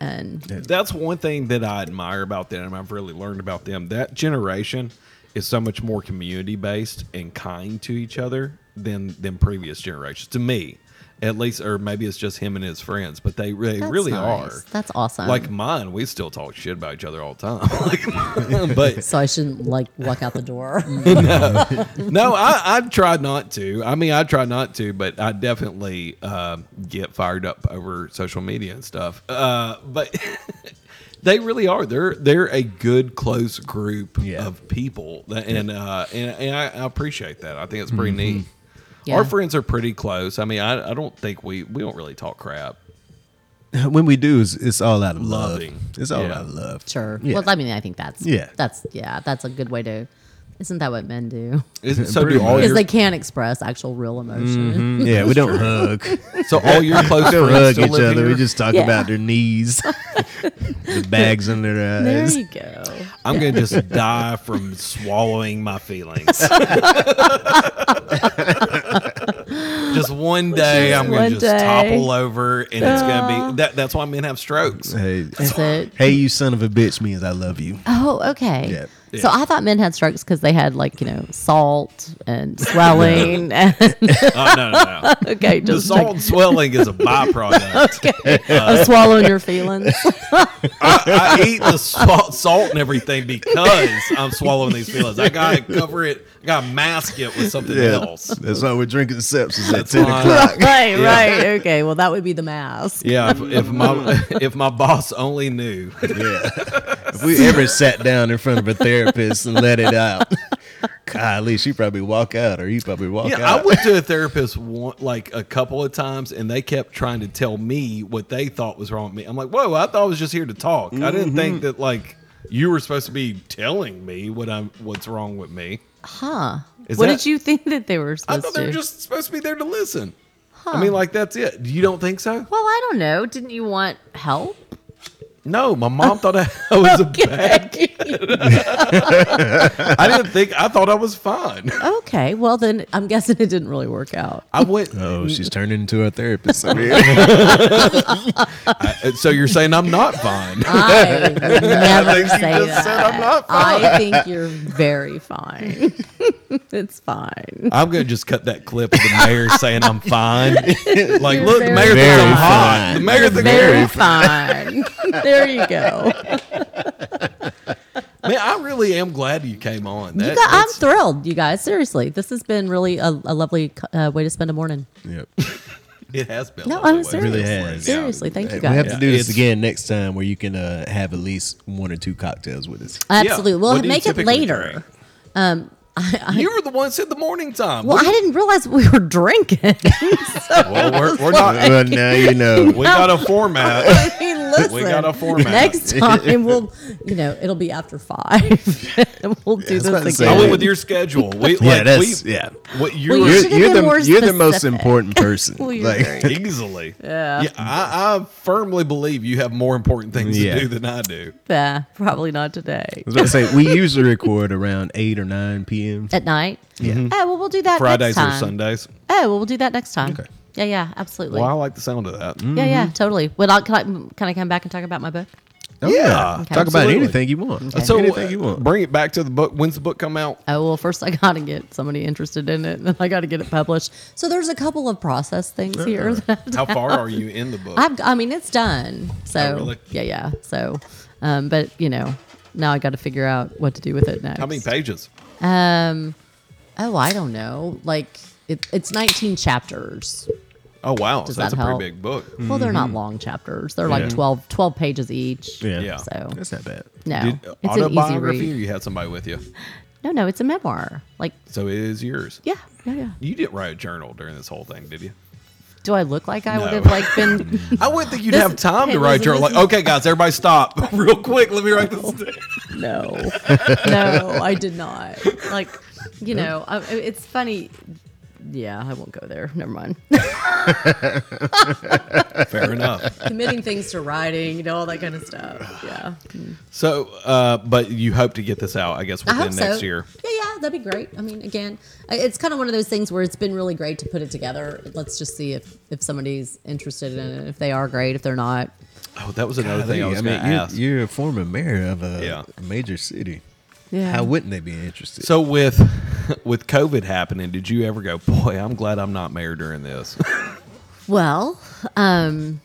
Speaker 3: and
Speaker 1: That's one thing that I admire about them. and I've really learned about them. That generation is so much more community based and kind to each other than than previous generations. To me, at least, or maybe it's just him and his friends, but they, they
Speaker 3: That's
Speaker 1: really
Speaker 3: nice.
Speaker 1: are.
Speaker 3: That's awesome.
Speaker 1: Like mine, we still talk shit about each other all the time. Like, but
Speaker 3: so I shouldn't like walk out the door.
Speaker 1: no, I, I try not to. I mean, I try not to, but I definitely uh, get fired up over social media and stuff. Uh, but they really are. They're they're a good close group
Speaker 2: Yeah.
Speaker 1: of people, That- and uh, and, and I, I appreciate that. I think it's pretty
Speaker 2: Mm-hmm.
Speaker 1: neat.
Speaker 3: Yeah.
Speaker 1: Our friends are pretty close. I mean, I, I don't think we we don't really talk crap.
Speaker 2: When we do, it's, it's all out of love.
Speaker 1: Loving.
Speaker 2: It's all
Speaker 1: Yeah.
Speaker 2: out of love.
Speaker 3: sure.
Speaker 2: Yeah.
Speaker 3: Well, I mean, I think that's
Speaker 2: Yeah.
Speaker 3: that's yeah, that's a good way to. Isn't that what men do?
Speaker 1: Isn't- so
Speaker 2: Pretty
Speaker 1: do all
Speaker 2: much.
Speaker 3: Because
Speaker 1: your
Speaker 3: they can't express actual real
Speaker 1: Mm-hmm.
Speaker 3: emotion.
Speaker 2: Yeah, we don't hug. We
Speaker 1: so all your close
Speaker 2: don't
Speaker 1: friends
Speaker 2: hug
Speaker 1: still
Speaker 2: each
Speaker 1: live
Speaker 2: other.
Speaker 1: here?
Speaker 2: We just talk
Speaker 3: Yeah.
Speaker 2: about their knees, the bags under their
Speaker 3: There
Speaker 2: eyes.
Speaker 3: you go.
Speaker 1: I'm gonna just die from swallowing my feelings. just one day,
Speaker 3: Just
Speaker 1: I'm gonna
Speaker 3: one
Speaker 1: just
Speaker 3: day.
Speaker 1: topple over, and it's gonna be that. That's why men have strokes.
Speaker 2: Hey,
Speaker 3: Is it?
Speaker 2: hey, you son of a bitch means I love you.
Speaker 3: Oh, okay.
Speaker 2: Yeah.
Speaker 3: So I thought men had strokes because they had like you know salt and swelling. and,
Speaker 1: Oh no, no, no!
Speaker 3: okay,
Speaker 1: The
Speaker 3: just
Speaker 1: salt
Speaker 3: like,
Speaker 1: and swelling is a byproduct.
Speaker 3: of swallowing your feelings.
Speaker 1: I, I eat the salt, salt and everything because I'm swallowing these feelings. I gotta cover it. I gotta mask it with something else. Uh,
Speaker 2: That's why we're drinking sepsis at
Speaker 1: That's
Speaker 2: ten
Speaker 1: why-
Speaker 2: o'clock.
Speaker 3: right,
Speaker 1: Yeah.
Speaker 3: right. Okay. Well, that would be the mask.
Speaker 1: Yeah, if, if my if my boss only knew.
Speaker 2: Yeah. If we ever sat down in front of a therapist and let it out, golly, she probably walk out, or you probably walk
Speaker 1: Yeah,
Speaker 2: out.
Speaker 1: I went to a therapist one, like a couple of times, and they kept trying to tell me what they thought was wrong with me. I'm like, whoa, I thought I was just here to talk. I didn't think that like you were supposed to be telling me what I'm what's wrong with me.
Speaker 3: Huh.
Speaker 1: Is
Speaker 3: what
Speaker 1: that-
Speaker 3: did you think that they were
Speaker 1: I
Speaker 3: supposed
Speaker 1: thought
Speaker 3: to?
Speaker 1: they were just supposed to be there to listen. I mean, like that's it. You don't think so?
Speaker 3: well, I don't know. Didn't you want help?
Speaker 1: No, my mom thought I, I was a bad. I didn't think. I thought I was fine.
Speaker 3: okay. Well, then I'm guessing it didn't really work out.
Speaker 1: I went. uh,
Speaker 2: Oh, she's turning into a therapist. over here.
Speaker 1: I- so you're saying I'm not fine?
Speaker 3: I would never
Speaker 1: think you
Speaker 3: say
Speaker 1: just
Speaker 3: that.
Speaker 1: said I'm not
Speaker 3: I think you're very fine. it's fine.
Speaker 1: I'm gonna just cut that clip of the mayor saying I'm fine. Like,
Speaker 3: You're
Speaker 1: look, the
Speaker 3: very
Speaker 1: mayor thinks
Speaker 2: Very
Speaker 1: I'm hot.
Speaker 2: fine.
Speaker 1: The mayor thinks
Speaker 3: Very fine. there you go.
Speaker 1: Man, I really am glad you came on.
Speaker 3: You
Speaker 1: That-
Speaker 3: got, I'm
Speaker 1: that's-
Speaker 3: thrilled, you guys. Seriously, this has been really a, a lovely uh, way to spend a morning.
Speaker 2: yep.
Speaker 1: it has been. a
Speaker 3: No,
Speaker 1: long
Speaker 3: I'm
Speaker 1: way.
Speaker 3: serious.
Speaker 2: really has.
Speaker 3: Seriously, thank you
Speaker 2: we have to
Speaker 3: guys.
Speaker 1: Yeah,
Speaker 2: do this
Speaker 1: it's-
Speaker 2: again next time, where you can uh, have at least one or two cocktails with us.
Speaker 3: Absolutely. Well,
Speaker 1: What do you
Speaker 3: make it
Speaker 1: typically
Speaker 3: later. Um,
Speaker 1: you were the one that said the morning time.
Speaker 3: Well, I didn't realize we were drinking. so
Speaker 1: Well, we're, we're
Speaker 3: Uh,
Speaker 1: not.
Speaker 2: well, now you know.
Speaker 1: We got a format.
Speaker 3: um, I mean, listen.
Speaker 1: We got a format.
Speaker 3: Next time we'll, you know, it'll be after five, and we'll do
Speaker 2: was about to
Speaker 3: this
Speaker 2: say,
Speaker 1: I went
Speaker 2: we-
Speaker 3: again.
Speaker 1: with your schedule. We,
Speaker 2: Yeah,
Speaker 1: like,
Speaker 2: that's
Speaker 1: we,
Speaker 2: yeah.
Speaker 1: What you
Speaker 3: Well,
Speaker 1: were
Speaker 3: you
Speaker 2: You're,
Speaker 3: should've
Speaker 2: you're
Speaker 3: been
Speaker 2: the
Speaker 3: more
Speaker 2: you're the most
Speaker 3: specific.
Speaker 2: important person.
Speaker 3: Well, you're
Speaker 2: like,
Speaker 3: very-
Speaker 1: easily. Yeah. I, I firmly believe you have more important things
Speaker 2: Yeah.
Speaker 1: to do than I do.
Speaker 3: Nah, probably not today.
Speaker 2: I was about to say we usually record around eight or nine p.m.
Speaker 3: At night. Yeah. Oh well, we'll do that
Speaker 1: Fridays or
Speaker 3: next time.
Speaker 1: Sundays.
Speaker 3: Oh well, we'll do that next time. Yeah, yeah, absolutely.
Speaker 1: Well, I like Mm. the sound of that.
Speaker 3: Yeah, yeah, totally. Well, I'll, can, I, can I come back and talk about my book?
Speaker 2: Oh,
Speaker 1: Yeah.
Speaker 3: Okay.
Speaker 2: Talk about
Speaker 1: Absolutely.
Speaker 2: anything you want.
Speaker 1: So
Speaker 2: anything you
Speaker 1: uh,
Speaker 2: want.
Speaker 1: bring it back to the book. When's the book come out?
Speaker 3: Oh well, first I gotta get somebody interested in it, and then I gotta get it published. So there's a couple of process things here. That
Speaker 1: How far are you in the book?
Speaker 3: I've, I mean, it's done. So
Speaker 1: Oh, really?
Speaker 3: yeah, yeah. So, um, but you know, now I got to figure out what to do with it next.
Speaker 1: How many pages?
Speaker 3: Um, oh, I don't know. Like it, it's 19 chapters.
Speaker 1: Oh wow, so
Speaker 3: that
Speaker 1: that's a
Speaker 3: help?
Speaker 1: pretty big book.
Speaker 3: Well, they're not long chapters. They're
Speaker 1: Mm-hmm. Yeah.
Speaker 3: like 12, 12 pages each.
Speaker 2: Yeah.
Speaker 1: Yeah.
Speaker 3: So
Speaker 2: That's not bad.
Speaker 3: no,
Speaker 1: Did,
Speaker 3: it's an easy
Speaker 1: autobiography. Or
Speaker 3: read.
Speaker 1: you had somebody with you,
Speaker 3: No, no, it's a memoir. Like
Speaker 1: so it is yours.
Speaker 3: yeah, yeah, yeah.
Speaker 1: You didn't write a journal during this whole thing, did you?
Speaker 3: Do I look like I
Speaker 1: No.
Speaker 3: would have like been?
Speaker 1: I wouldn't think you'd
Speaker 3: This-
Speaker 1: have time
Speaker 3: hey,
Speaker 1: to write a
Speaker 3: listen,
Speaker 1: journal. Like,
Speaker 3: listen.
Speaker 1: okay, guys, everybody stop real quick. Let me write this. Down.
Speaker 3: no no i did not like you know I, I- it's funny yeah, I won't go there. Never mind.
Speaker 1: Fair enough.
Speaker 3: Committing things to writing, you know, all that kind of stuff. Yeah.
Speaker 1: So, uh, but you hope to get this out, I guess,
Speaker 3: I
Speaker 1: within
Speaker 3: hope so.
Speaker 1: next year.
Speaker 3: Yeah, yeah, that'd be great. I mean, again, I- it's kind of one of those things where it's been really great to put it together. Let's just see if if somebody's interested in it. If they are great, if they're not,
Speaker 1: Oh, that was another
Speaker 2: Golly,
Speaker 1: thing I was going to
Speaker 2: you're,
Speaker 1: ask.
Speaker 2: you're a former mayor of a
Speaker 1: Yeah.
Speaker 2: major city.
Speaker 3: Yeah.
Speaker 2: How wouldn't they be interested?
Speaker 1: so with with COVID happening, did you ever go, boy, I'm glad I'm not mayor during this?
Speaker 3: well, um,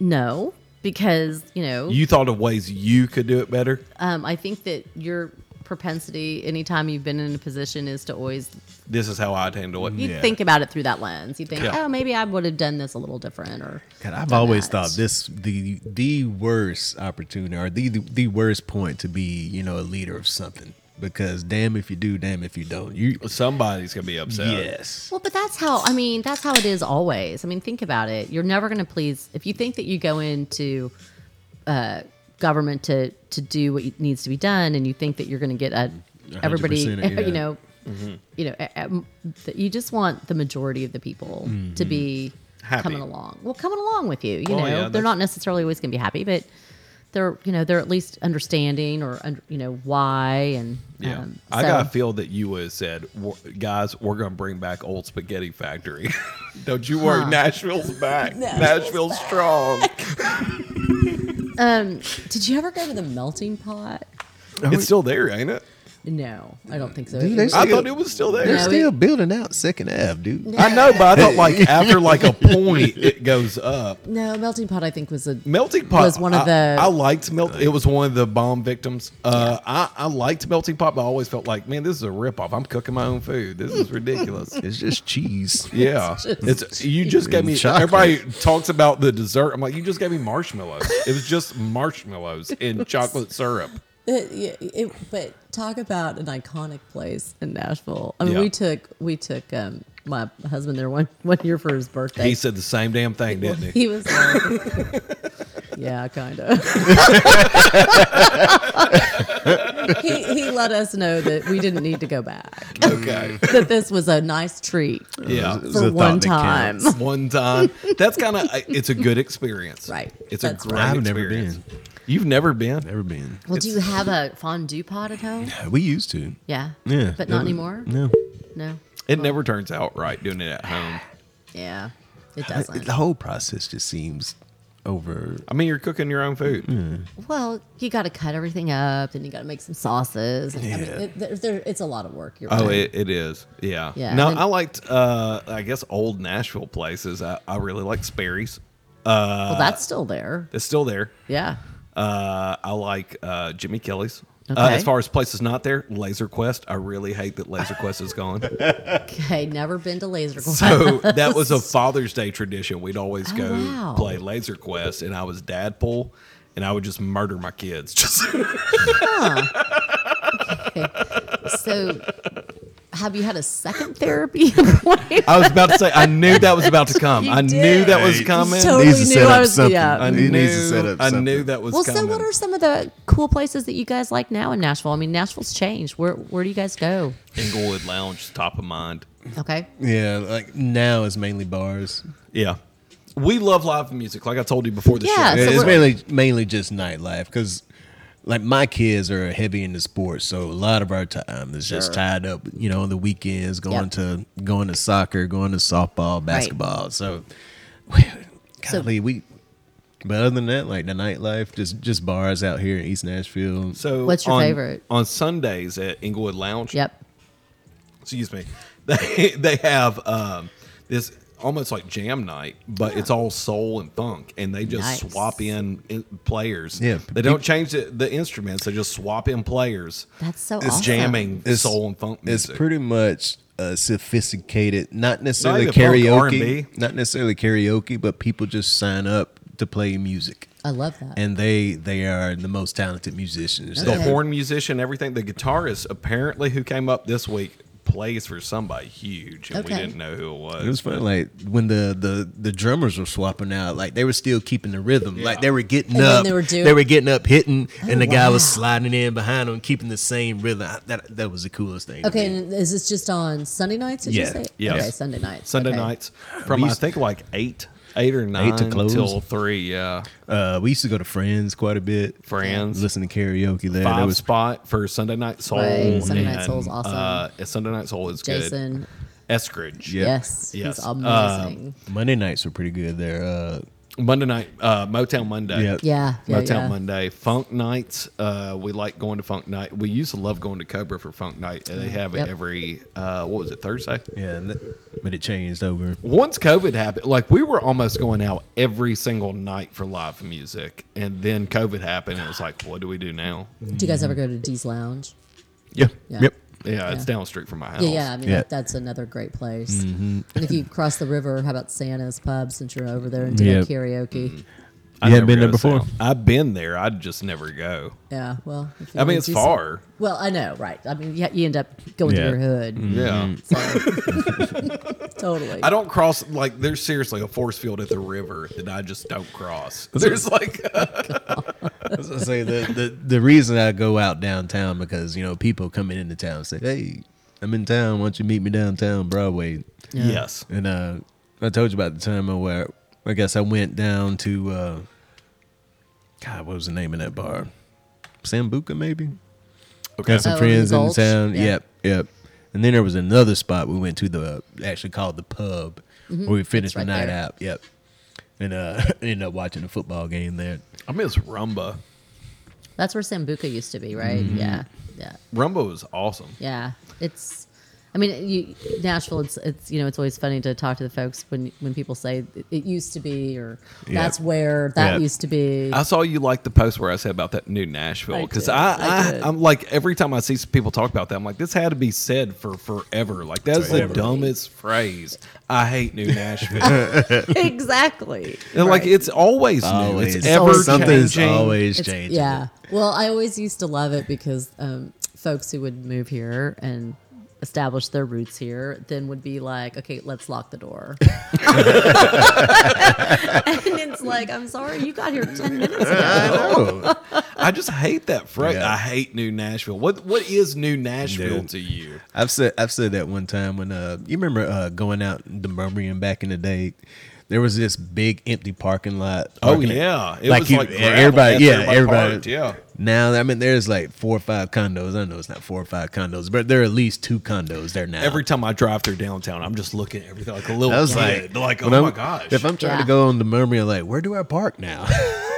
Speaker 3: no, because you know,
Speaker 1: you thought of ways you could do it better.
Speaker 3: um, I think that your propensity, anytime you've been in a position, is to always
Speaker 1: This is how I'd handle it.
Speaker 3: you
Speaker 2: Yeah.
Speaker 3: think about it through that lens. You think,
Speaker 1: Yeah.
Speaker 3: oh, maybe I would have done this a little different, or
Speaker 2: God, I've always
Speaker 3: that.
Speaker 2: thought this the the worst opportunity or the, the the worst point to be you know a leader of something because damn if you do, damn if you don't. You
Speaker 1: Somebody's going to be upset.
Speaker 2: yes,
Speaker 3: Well, but that's how I mean, that's how it is always. I mean, think about it. You're never going to please if you think that you go into uh, government to to do what you- needs to be done, and you think that you're going to get a everybody,
Speaker 2: 100%, yeah.
Speaker 3: you know,
Speaker 1: Mm-hmm.
Speaker 3: you know, a- a- that you just want the majority of the people to be
Speaker 1: Mm-hmm. Happy.
Speaker 3: coming along. Well, coming along with you, you
Speaker 1: Well,
Speaker 3: know,
Speaker 1: yeah,
Speaker 3: they're
Speaker 1: that's-
Speaker 3: not necessarily always going to be happy, but they're you know they're at least understanding or under, you know why and
Speaker 1: Yeah.
Speaker 3: um,
Speaker 1: I
Speaker 3: so-
Speaker 1: got a feel that you would have said, "W- guys, we're going to bring back Old Spaghetti Factory. Don't you worry. Nashville's back. Nashville's strong.
Speaker 3: um, Did you ever go to the melting pot?
Speaker 1: it's still there, ain't it?
Speaker 3: No, I don't think so.
Speaker 2: Dude,
Speaker 3: It
Speaker 2: they
Speaker 3: was-
Speaker 1: I
Speaker 2: Still-
Speaker 1: thought it was still there.
Speaker 2: they're
Speaker 3: No,
Speaker 2: still building out Second Ave, dude.
Speaker 1: I know, but I thought like after like a point it goes up.
Speaker 3: no, melting pot. I think was a
Speaker 1: Melting Pot
Speaker 3: Was one of
Speaker 1: I-
Speaker 3: the-
Speaker 1: I liked Melt. It was one of the bomb victims. Uh, I I liked Melting Pot, but I always felt like, man, this is a ripoff. I'm cooking my own food. This is ridiculous.
Speaker 2: It's just cheese.
Speaker 1: Yeah, it's you just gave me.
Speaker 2: Chocolate.
Speaker 1: Everybody talks about the dessert. I'm like, you just gave me marshmallows. It was just marshmallows and chocolate syrup.
Speaker 3: It, yeah, it, but talk about an iconic place in Nashville. I mean,
Speaker 1: Yeah.
Speaker 3: we took we took um, my husband there one one year for his birthday.
Speaker 1: He said the same damn thing, didn't he?
Speaker 3: He was like, yeah, kind of. he, he let us know that we didn't need to go back.
Speaker 1: Okay.
Speaker 3: That this was a nice treat
Speaker 1: Yeah.
Speaker 2: It was
Speaker 3: for
Speaker 2: a thought
Speaker 3: one
Speaker 2: that
Speaker 3: time.
Speaker 2: counts.
Speaker 1: One time. That's kind of. It's a good experience.
Speaker 3: Right.
Speaker 1: It's
Speaker 3: That's
Speaker 1: a great
Speaker 2: right. I've never
Speaker 1: experience. You've never been.
Speaker 2: Never been.
Speaker 3: Well, do you have a fondue pot at home?
Speaker 2: We used to.
Speaker 3: Yeah.
Speaker 2: Yeah,
Speaker 3: But
Speaker 2: it
Speaker 3: not
Speaker 2: was-
Speaker 3: anymore.
Speaker 2: No.
Speaker 3: No.
Speaker 1: It never turns out right doing it at home.
Speaker 3: Yeah. It
Speaker 2: I-
Speaker 3: doesn't.
Speaker 2: the whole process just seems over.
Speaker 1: I mean, you're cooking your own food.
Speaker 3: Mm-hmm. Well, you got to cut everything up, and you got to make some sauces. And, I mean,
Speaker 2: Yeah.
Speaker 3: it, there, there, it's a lot of work. You're
Speaker 1: Oh,
Speaker 3: right.
Speaker 1: it, it is. Yeah.
Speaker 3: Yeah,
Speaker 1: No,
Speaker 3: and-
Speaker 1: I liked, uh, I guess, old Nashville places. I, I really like Sperry's. Uh,
Speaker 3: well, that's still there.
Speaker 1: it's still there.
Speaker 3: Yeah.
Speaker 1: Uh, I like uh, Jimmy Kelly's. Uh,
Speaker 3: Okay.
Speaker 1: as far as places not there, Laser Quest. I really hate that Laser Quest is gone.
Speaker 3: Okay. Never been to Laser Quest.
Speaker 1: So that was a Father's Day tradition. We'd always
Speaker 3: Oh,
Speaker 1: go
Speaker 3: wow.
Speaker 1: play Laser Quest, and I was dad pool, and I would just murder my kids. Just
Speaker 3: so, have you had a second therapy appointment?
Speaker 1: I was about to say, I knew that was about to come.
Speaker 3: You
Speaker 1: I knew
Speaker 3: did.
Speaker 1: that was
Speaker 2: Right.
Speaker 1: coming.
Speaker 3: So- Totally knew I was- yeah.
Speaker 1: I
Speaker 3: He
Speaker 1: knew,
Speaker 2: needs to set up
Speaker 1: I
Speaker 2: something.
Speaker 1: knew that was
Speaker 3: Well,
Speaker 1: coming.
Speaker 3: so what are some of the cool places that you guys like now in Nashville? I mean, Nashville's changed. Where Where do you guys go?
Speaker 1: Inglewood Lounge is top of mind.
Speaker 3: Okay.
Speaker 2: Yeah, like now it's mainly bars.
Speaker 1: Yeah. We love live music, like I told you before the
Speaker 3: Yeah,
Speaker 1: show.
Speaker 3: so
Speaker 2: it's
Speaker 3: we're-
Speaker 2: mainly mainly just nightlife because, like, my kids are heavy into sports, so a lot of our time is just
Speaker 3: Sure.
Speaker 2: tied up. You know, on the weekends, going
Speaker 3: Yep.
Speaker 2: to going to soccer, going to softball, basketball. So, well,
Speaker 3: So-
Speaker 2: golly, we. But other than that, like the nightlife, just just bars out here in East Nashville.
Speaker 1: So
Speaker 3: What's your
Speaker 1: on-
Speaker 3: favorite?
Speaker 1: On Sundays at Inglewood Lounge,
Speaker 3: Yep.
Speaker 1: excuse me, they they have um, this almost like jam night, but it's all soul and funk, and they just
Speaker 3: Nice.
Speaker 1: swap in, in players.
Speaker 2: Yeah,
Speaker 1: they don't change the, the instruments; they just swap in players.
Speaker 3: That's so
Speaker 1: It's
Speaker 3: awesome.
Speaker 1: jamming
Speaker 2: It's-
Speaker 1: soul and funk
Speaker 2: It's
Speaker 1: music.
Speaker 2: pretty much uh, sophisticated, not necessarily
Speaker 1: even funk,
Speaker 2: karaoke,
Speaker 1: R&B.
Speaker 2: not necessarily karaoke, but people just sign up to play music,
Speaker 3: I love that.
Speaker 2: and they they are the most talented musicians.
Speaker 1: the
Speaker 2: there.
Speaker 1: horn musician, everything. The guitarist, apparently, who came up this week, plays for somebody huge, and we
Speaker 3: Okay.
Speaker 1: didn't know who it was.
Speaker 2: It was fun, like when the, the the drummers were swapping out, like they were still keeping the rhythm, like they were getting
Speaker 3: And then
Speaker 2: up,
Speaker 3: they were doing-
Speaker 2: getting up, hitting, and the guy was
Speaker 3: wow.
Speaker 2: sliding in behind them, keeping the same rhythm. I- that that was the coolest thing. to
Speaker 3: Okay,
Speaker 2: me.
Speaker 3: and is this just on Sunday nights? Did
Speaker 2: Yeah.
Speaker 3: you say?
Speaker 1: Yes.
Speaker 3: Okay, Sunday nights.
Speaker 1: Sunday
Speaker 3: Okay.
Speaker 1: nights from
Speaker 2: We
Speaker 1: I
Speaker 2: used-
Speaker 1: think like eight, eight or nine
Speaker 2: close.
Speaker 1: till three. Yeah,
Speaker 2: uh, we used to go to Friends quite a bit. Uh,
Speaker 1: Friends.
Speaker 2: listen to karaoke there.
Speaker 1: Five
Speaker 2: That was
Speaker 1: spot for Sunday Night Soul.
Speaker 3: Right, Sunday Night
Speaker 1: and,
Speaker 3: Soul's awesome.
Speaker 1: Uh, Sunday Night Soul is good.
Speaker 3: Jason.
Speaker 1: Eskridge.
Speaker 2: Yeah.
Speaker 3: Yes.
Speaker 1: Yes. Um,
Speaker 3: He's amazing.
Speaker 2: Monday nights were pretty good there. Uh,
Speaker 1: Monday night, uh, Motown Monday.
Speaker 2: Yeah.
Speaker 3: yeah. Yeah.
Speaker 1: Motown
Speaker 3: yeah.
Speaker 1: Monday. Funk nights. Uh, we like going to Funk Night. We used to love going to Cobra for Funk Night. They have
Speaker 3: Mm. Yep.
Speaker 1: it every uh, what was it Thursday?
Speaker 2: yeah, and that- but it changed over.
Speaker 1: Once COVID happened, like we were almost going out every single night for live music, and then COVID happened. And it was like, what do we do now?
Speaker 3: Do you guys ever go to Dee's Lounge?
Speaker 2: Yeah.
Speaker 3: Yeah.
Speaker 2: Yep.
Speaker 1: Yeah, it's down the street from my house.
Speaker 3: Yeah, yeah. I mean,
Speaker 2: Yeah.
Speaker 3: That, that's another great place.
Speaker 1: Mm-hmm.
Speaker 3: And if you cross the river, how about Santa's Pub since you're over there and doing
Speaker 2: Yep.
Speaker 3: karaoke?
Speaker 1: Mm. I
Speaker 2: You
Speaker 1: never
Speaker 2: haven't been there
Speaker 1: go
Speaker 2: before?
Speaker 1: south. I've been there. I just never go.
Speaker 3: Yeah. Well, if you
Speaker 1: I mean,
Speaker 3: wanna
Speaker 1: it's
Speaker 3: do some-
Speaker 1: far.
Speaker 3: well, I know, right? I mean, you, you end up going
Speaker 2: Yeah.
Speaker 3: to your hood.
Speaker 1: Yeah.
Speaker 3: Mm-hmm. So- totally.
Speaker 1: Mm. I don't cross like there's seriously a force field at the river that I just don't cross. There's like
Speaker 2: I was gonna say the, the the reason I go out downtown because you know people coming into town say, "Hey, I'm in town. Why don't you meet me downtown Broadway?"
Speaker 1: yes,
Speaker 2: And uh, I told you about the time I where I guess I went down to uh, God, what was the name of that bar? Sambuca, maybe.
Speaker 1: okay,
Speaker 2: Got some
Speaker 3: Oh,
Speaker 2: friends
Speaker 3: in the
Speaker 2: in
Speaker 3: Gulch?
Speaker 2: town.
Speaker 3: Yeah.
Speaker 2: Yep, yep. And then there was another spot we went to the actually called the pub where we finished
Speaker 3: Mm-hmm. right
Speaker 2: the night
Speaker 3: there.
Speaker 2: out. Yep. And uh, ended up watching a football game there.
Speaker 1: I miss Rumba.
Speaker 3: That's where Sambuca used to be, right?
Speaker 1: Mm-hmm.
Speaker 3: Yeah. Yeah.
Speaker 1: Rumba was awesome.
Speaker 3: Yeah, it's. I mean, you, Nashville. It's it's you know it's always funny to talk to the folks when when people say it, it used to be or
Speaker 2: Yeah.
Speaker 3: that's where that
Speaker 2: Yeah.
Speaker 3: used to be.
Speaker 1: I saw you like the post where I said about that new Nashville
Speaker 3: I
Speaker 1: because
Speaker 3: did,
Speaker 1: I,
Speaker 3: I
Speaker 1: I,
Speaker 3: did.
Speaker 1: I am like every time I see some people talk about that, I'm like this had to be said for forever. Like that's the
Speaker 2: Forever.
Speaker 1: dumbest phrase. I hate new Nashville.
Speaker 3: exactly.
Speaker 1: and like
Speaker 3: Right.
Speaker 1: it's always new.
Speaker 2: Always
Speaker 1: It's ever
Speaker 2: something's
Speaker 1: changing.
Speaker 2: always
Speaker 3: It's-
Speaker 2: changing.
Speaker 3: Yeah. Well, I always used to love it because um, folks who would move here and establish their roots here then would be like, okay, let's lock the door. and it's like, I'm sorry, you got here 10 minutes ago.
Speaker 2: Oh,
Speaker 1: I just hate that phrase.
Speaker 2: Yeah.
Speaker 1: I hate new Nashville. What what is new Nashville
Speaker 2: Dude.
Speaker 1: to you?
Speaker 2: I've said I've said that one time when uh you remember uh going out in the Murmurian back in the day. There was this big empty parking lot.
Speaker 1: Oh
Speaker 2: Parking-
Speaker 1: yeah, it
Speaker 2: like
Speaker 1: was
Speaker 2: you-
Speaker 1: like gravel.
Speaker 2: everybody,
Speaker 1: That's
Speaker 2: yeah,
Speaker 1: everybody
Speaker 2: everybody,
Speaker 1: parked, yeah.
Speaker 2: Now I mean, there's like four or five condos. I know it's not four or five condos, but there are at least two condos there now.
Speaker 1: Every time I drive through downtown, I'm just looking at everything like a little
Speaker 2: I was
Speaker 1: kid.
Speaker 2: like,
Speaker 1: Like, oh
Speaker 2: when
Speaker 1: my
Speaker 2: I'm-
Speaker 1: gosh.
Speaker 2: If I'm trying
Speaker 3: Yeah.
Speaker 2: to go on the Murmurian, like, where do I park now?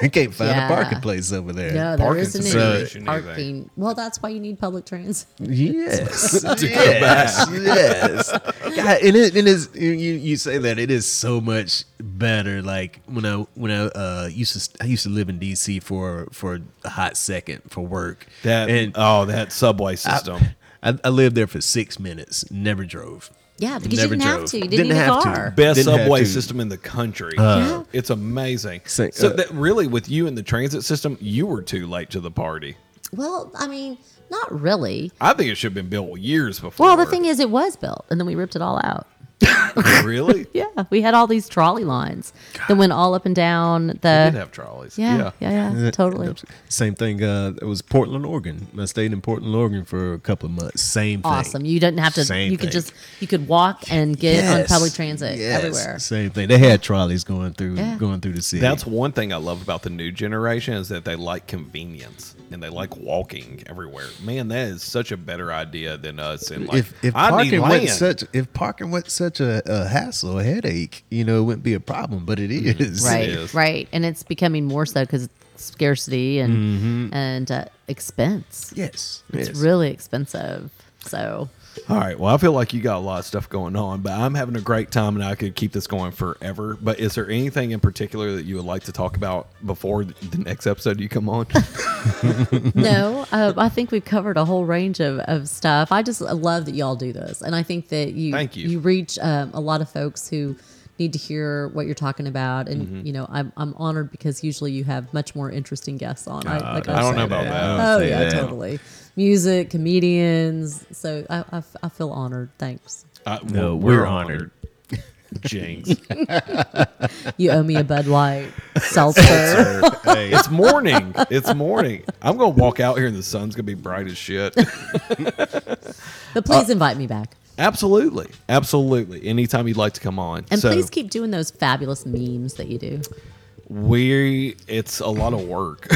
Speaker 2: I can't find
Speaker 3: Yeah.
Speaker 2: a parking place over there.
Speaker 3: No, there
Speaker 1: Parking
Speaker 3: is
Speaker 1: is
Speaker 2: an
Speaker 3: an
Speaker 1: issue,
Speaker 3: issue.
Speaker 1: neither.
Speaker 3: Parking. Well, that's why you need public transit.
Speaker 2: Yes. yes. yes. God, and it, and it's, you, you you say that it is so much better. Like when I when I uh, used to st- I used to live in D.C. for for a hot second for work.
Speaker 1: that
Speaker 2: and
Speaker 1: oh that subway system.
Speaker 2: I, I lived there for six minutes. Never drove.
Speaker 3: Yeah, because
Speaker 2: Never
Speaker 3: you didn't have
Speaker 2: drove.
Speaker 3: to. You didn't,
Speaker 2: Didn't
Speaker 3: need a
Speaker 2: have to.
Speaker 3: car.
Speaker 1: Best
Speaker 2: didn't have
Speaker 1: subway
Speaker 2: to-
Speaker 1: system in the country.
Speaker 3: Yeah.
Speaker 1: It's amazing.
Speaker 2: Say,
Speaker 1: so
Speaker 2: uh,
Speaker 1: that really, with you and the transit system, you were too late to the party.
Speaker 3: Well, I mean, not really.
Speaker 1: I think it should have been built years before.
Speaker 3: Well, the thing is, it was built, and then we ripped it all out.
Speaker 1: really,
Speaker 3: Yeah, we had all these trolley lines that went all up and down
Speaker 1: I
Speaker 3: the.
Speaker 1: did have trolleys.
Speaker 3: yeah, yeah, yeah, totally.
Speaker 2: Same thing. Uh, it was Portland, Oregon. I stayed in Portland, Oregon for a couple of months. Same thing.
Speaker 3: Awesome. You didn't have to.
Speaker 2: Same
Speaker 3: you could
Speaker 2: thing.
Speaker 3: just you could walk and get on
Speaker 2: Yes.
Speaker 3: public transit
Speaker 2: Yes.
Speaker 3: everywhere.
Speaker 2: Same thing. They had trolleys going through
Speaker 3: Yeah.
Speaker 2: going through the city.
Speaker 1: That's one thing I love about the new generation is that they like convenience and they like walking everywhere. Man, that is such a better idea than us. And like,
Speaker 2: if if
Speaker 1: I need
Speaker 2: parking
Speaker 1: land.
Speaker 2: went such if parking went such a, a hassle, a headache, you know, it wouldn't be a problem, but it is.
Speaker 3: Right,
Speaker 1: is.
Speaker 3: right, and it's becoming more so because scarcity and and uh, expense.
Speaker 2: Yes.
Speaker 3: It's
Speaker 2: Mm-hmm. yes.
Speaker 3: really expensive. So
Speaker 1: All right. Well, I feel like you got a lot of stuff going on, but I'm having a great time and I could keep this going forever. But is there anything in particular that you would like to talk about before the next episode you come on?
Speaker 2: Uh,
Speaker 3: no, uh, I think we've covered a whole range of, of stuff. I just love that y'all do this, and I think that you
Speaker 1: Thank you.
Speaker 3: reach um, a lot of folks who need to hear what you're talking about, and
Speaker 2: Mm-hmm.
Speaker 3: you know I'm, I'm honored because usually you have much more interesting guests on. Uh, I, like I
Speaker 1: I don't
Speaker 3: said.
Speaker 1: know about that.
Speaker 3: Oh yeah, totally. music, comedians. So I, I, I feel honored. Thanks.
Speaker 1: I,
Speaker 2: No, we're honored.
Speaker 1: Jinx.
Speaker 3: You owe me a Bud Light seltzer.
Speaker 2: Hey,
Speaker 1: it's morning. It's morning. I'm gonna walk out here and the sun's gonna be bright as shit.
Speaker 3: but please invite me back.
Speaker 1: Absolutely, absolutely. Anytime you'd like to come on,
Speaker 3: And
Speaker 1: so
Speaker 3: please keep doing those fabulous memes that you do.
Speaker 1: we. It's a lot of work.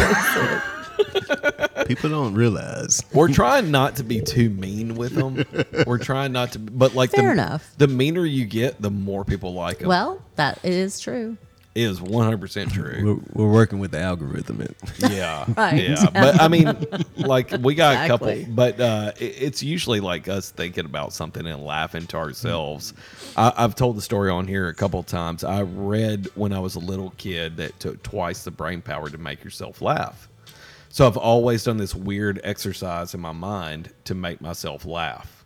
Speaker 2: people don't realize.
Speaker 1: We're trying not to be too mean with them. We're trying not to, but like the,
Speaker 3: Fair enough.
Speaker 1: The meaner you get, the more people like them.
Speaker 3: Well, that is true.
Speaker 1: is 100 percent true.
Speaker 2: We're, we're working with the algorithm. It.
Speaker 1: Yeah.
Speaker 3: Right.
Speaker 1: Yeah. But I mean, like, we got a
Speaker 3: Exactly.
Speaker 1: couple, but uh, it, it's usually like us thinking about something and laughing to ourselves.
Speaker 3: Mm-hmm.
Speaker 1: I, I've told the story on here a couple times. I read when I was a little kid that took twice the brain power to make yourself laugh. So I've always done this weird exercise in my mind to make myself laugh.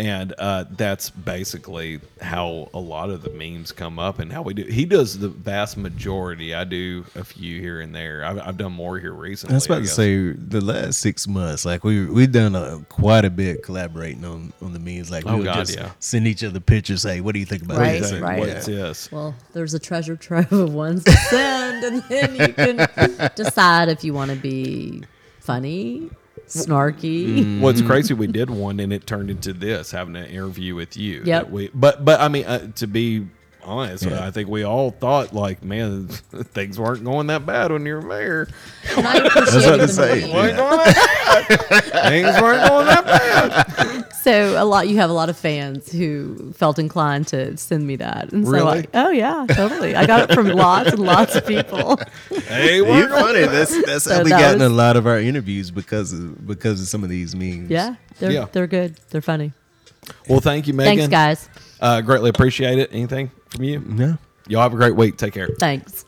Speaker 1: And uh, that's basically how a lot of the memes come up and how we do. He does the vast majority. I do a few here and there. I've, I've done more here recently.
Speaker 2: I was
Speaker 1: I
Speaker 2: about to
Speaker 1: guess.
Speaker 2: say the last six months, like we we've done a, quite a bit collaborating on on the memes. Like we
Speaker 1: Oh,
Speaker 2: would
Speaker 1: God,
Speaker 2: just
Speaker 1: yeah.
Speaker 2: send each other pictures. Hey, what do you think about
Speaker 3: Right,
Speaker 2: this?
Speaker 1: Like,
Speaker 3: right.
Speaker 1: What's this?
Speaker 3: Well, there's a treasure trove of ones to send, and then you can decide if you want to be funny, snarky.
Speaker 2: Mm-hmm.
Speaker 1: What's crazy? We did one, and it turned into this having an interview with you.
Speaker 3: Yep.
Speaker 1: that We, but but I mean, uh, to be honest,
Speaker 2: Yeah.
Speaker 1: I think we all thought like, man, things weren't going that bad when you were mayor.
Speaker 3: And I appreciate
Speaker 2: about
Speaker 3: the
Speaker 2: to say,
Speaker 3: meme.
Speaker 1: What going on? things weren't going that bad.
Speaker 3: So a lot, you have a lot of fans who felt inclined to send me that, and so I,
Speaker 1: Really?
Speaker 3: oh yeah, totally. I got it from lots and lots of people.
Speaker 1: Hey,
Speaker 2: You're
Speaker 1: we're
Speaker 2: funny. That's that's
Speaker 3: So
Speaker 2: how we
Speaker 3: that
Speaker 2: gotten
Speaker 3: was-
Speaker 2: a lot of our interviews because of because of some of these memes.
Speaker 3: Yeah, they're
Speaker 1: Yeah.
Speaker 3: they're good. They're funny.
Speaker 1: Well, thank you, Megan.
Speaker 3: Thanks, guys.
Speaker 1: Uh, greatly appreciate it. Anything from you?
Speaker 2: Yeah.
Speaker 1: Y'all have a great week. Take care.
Speaker 3: Thanks.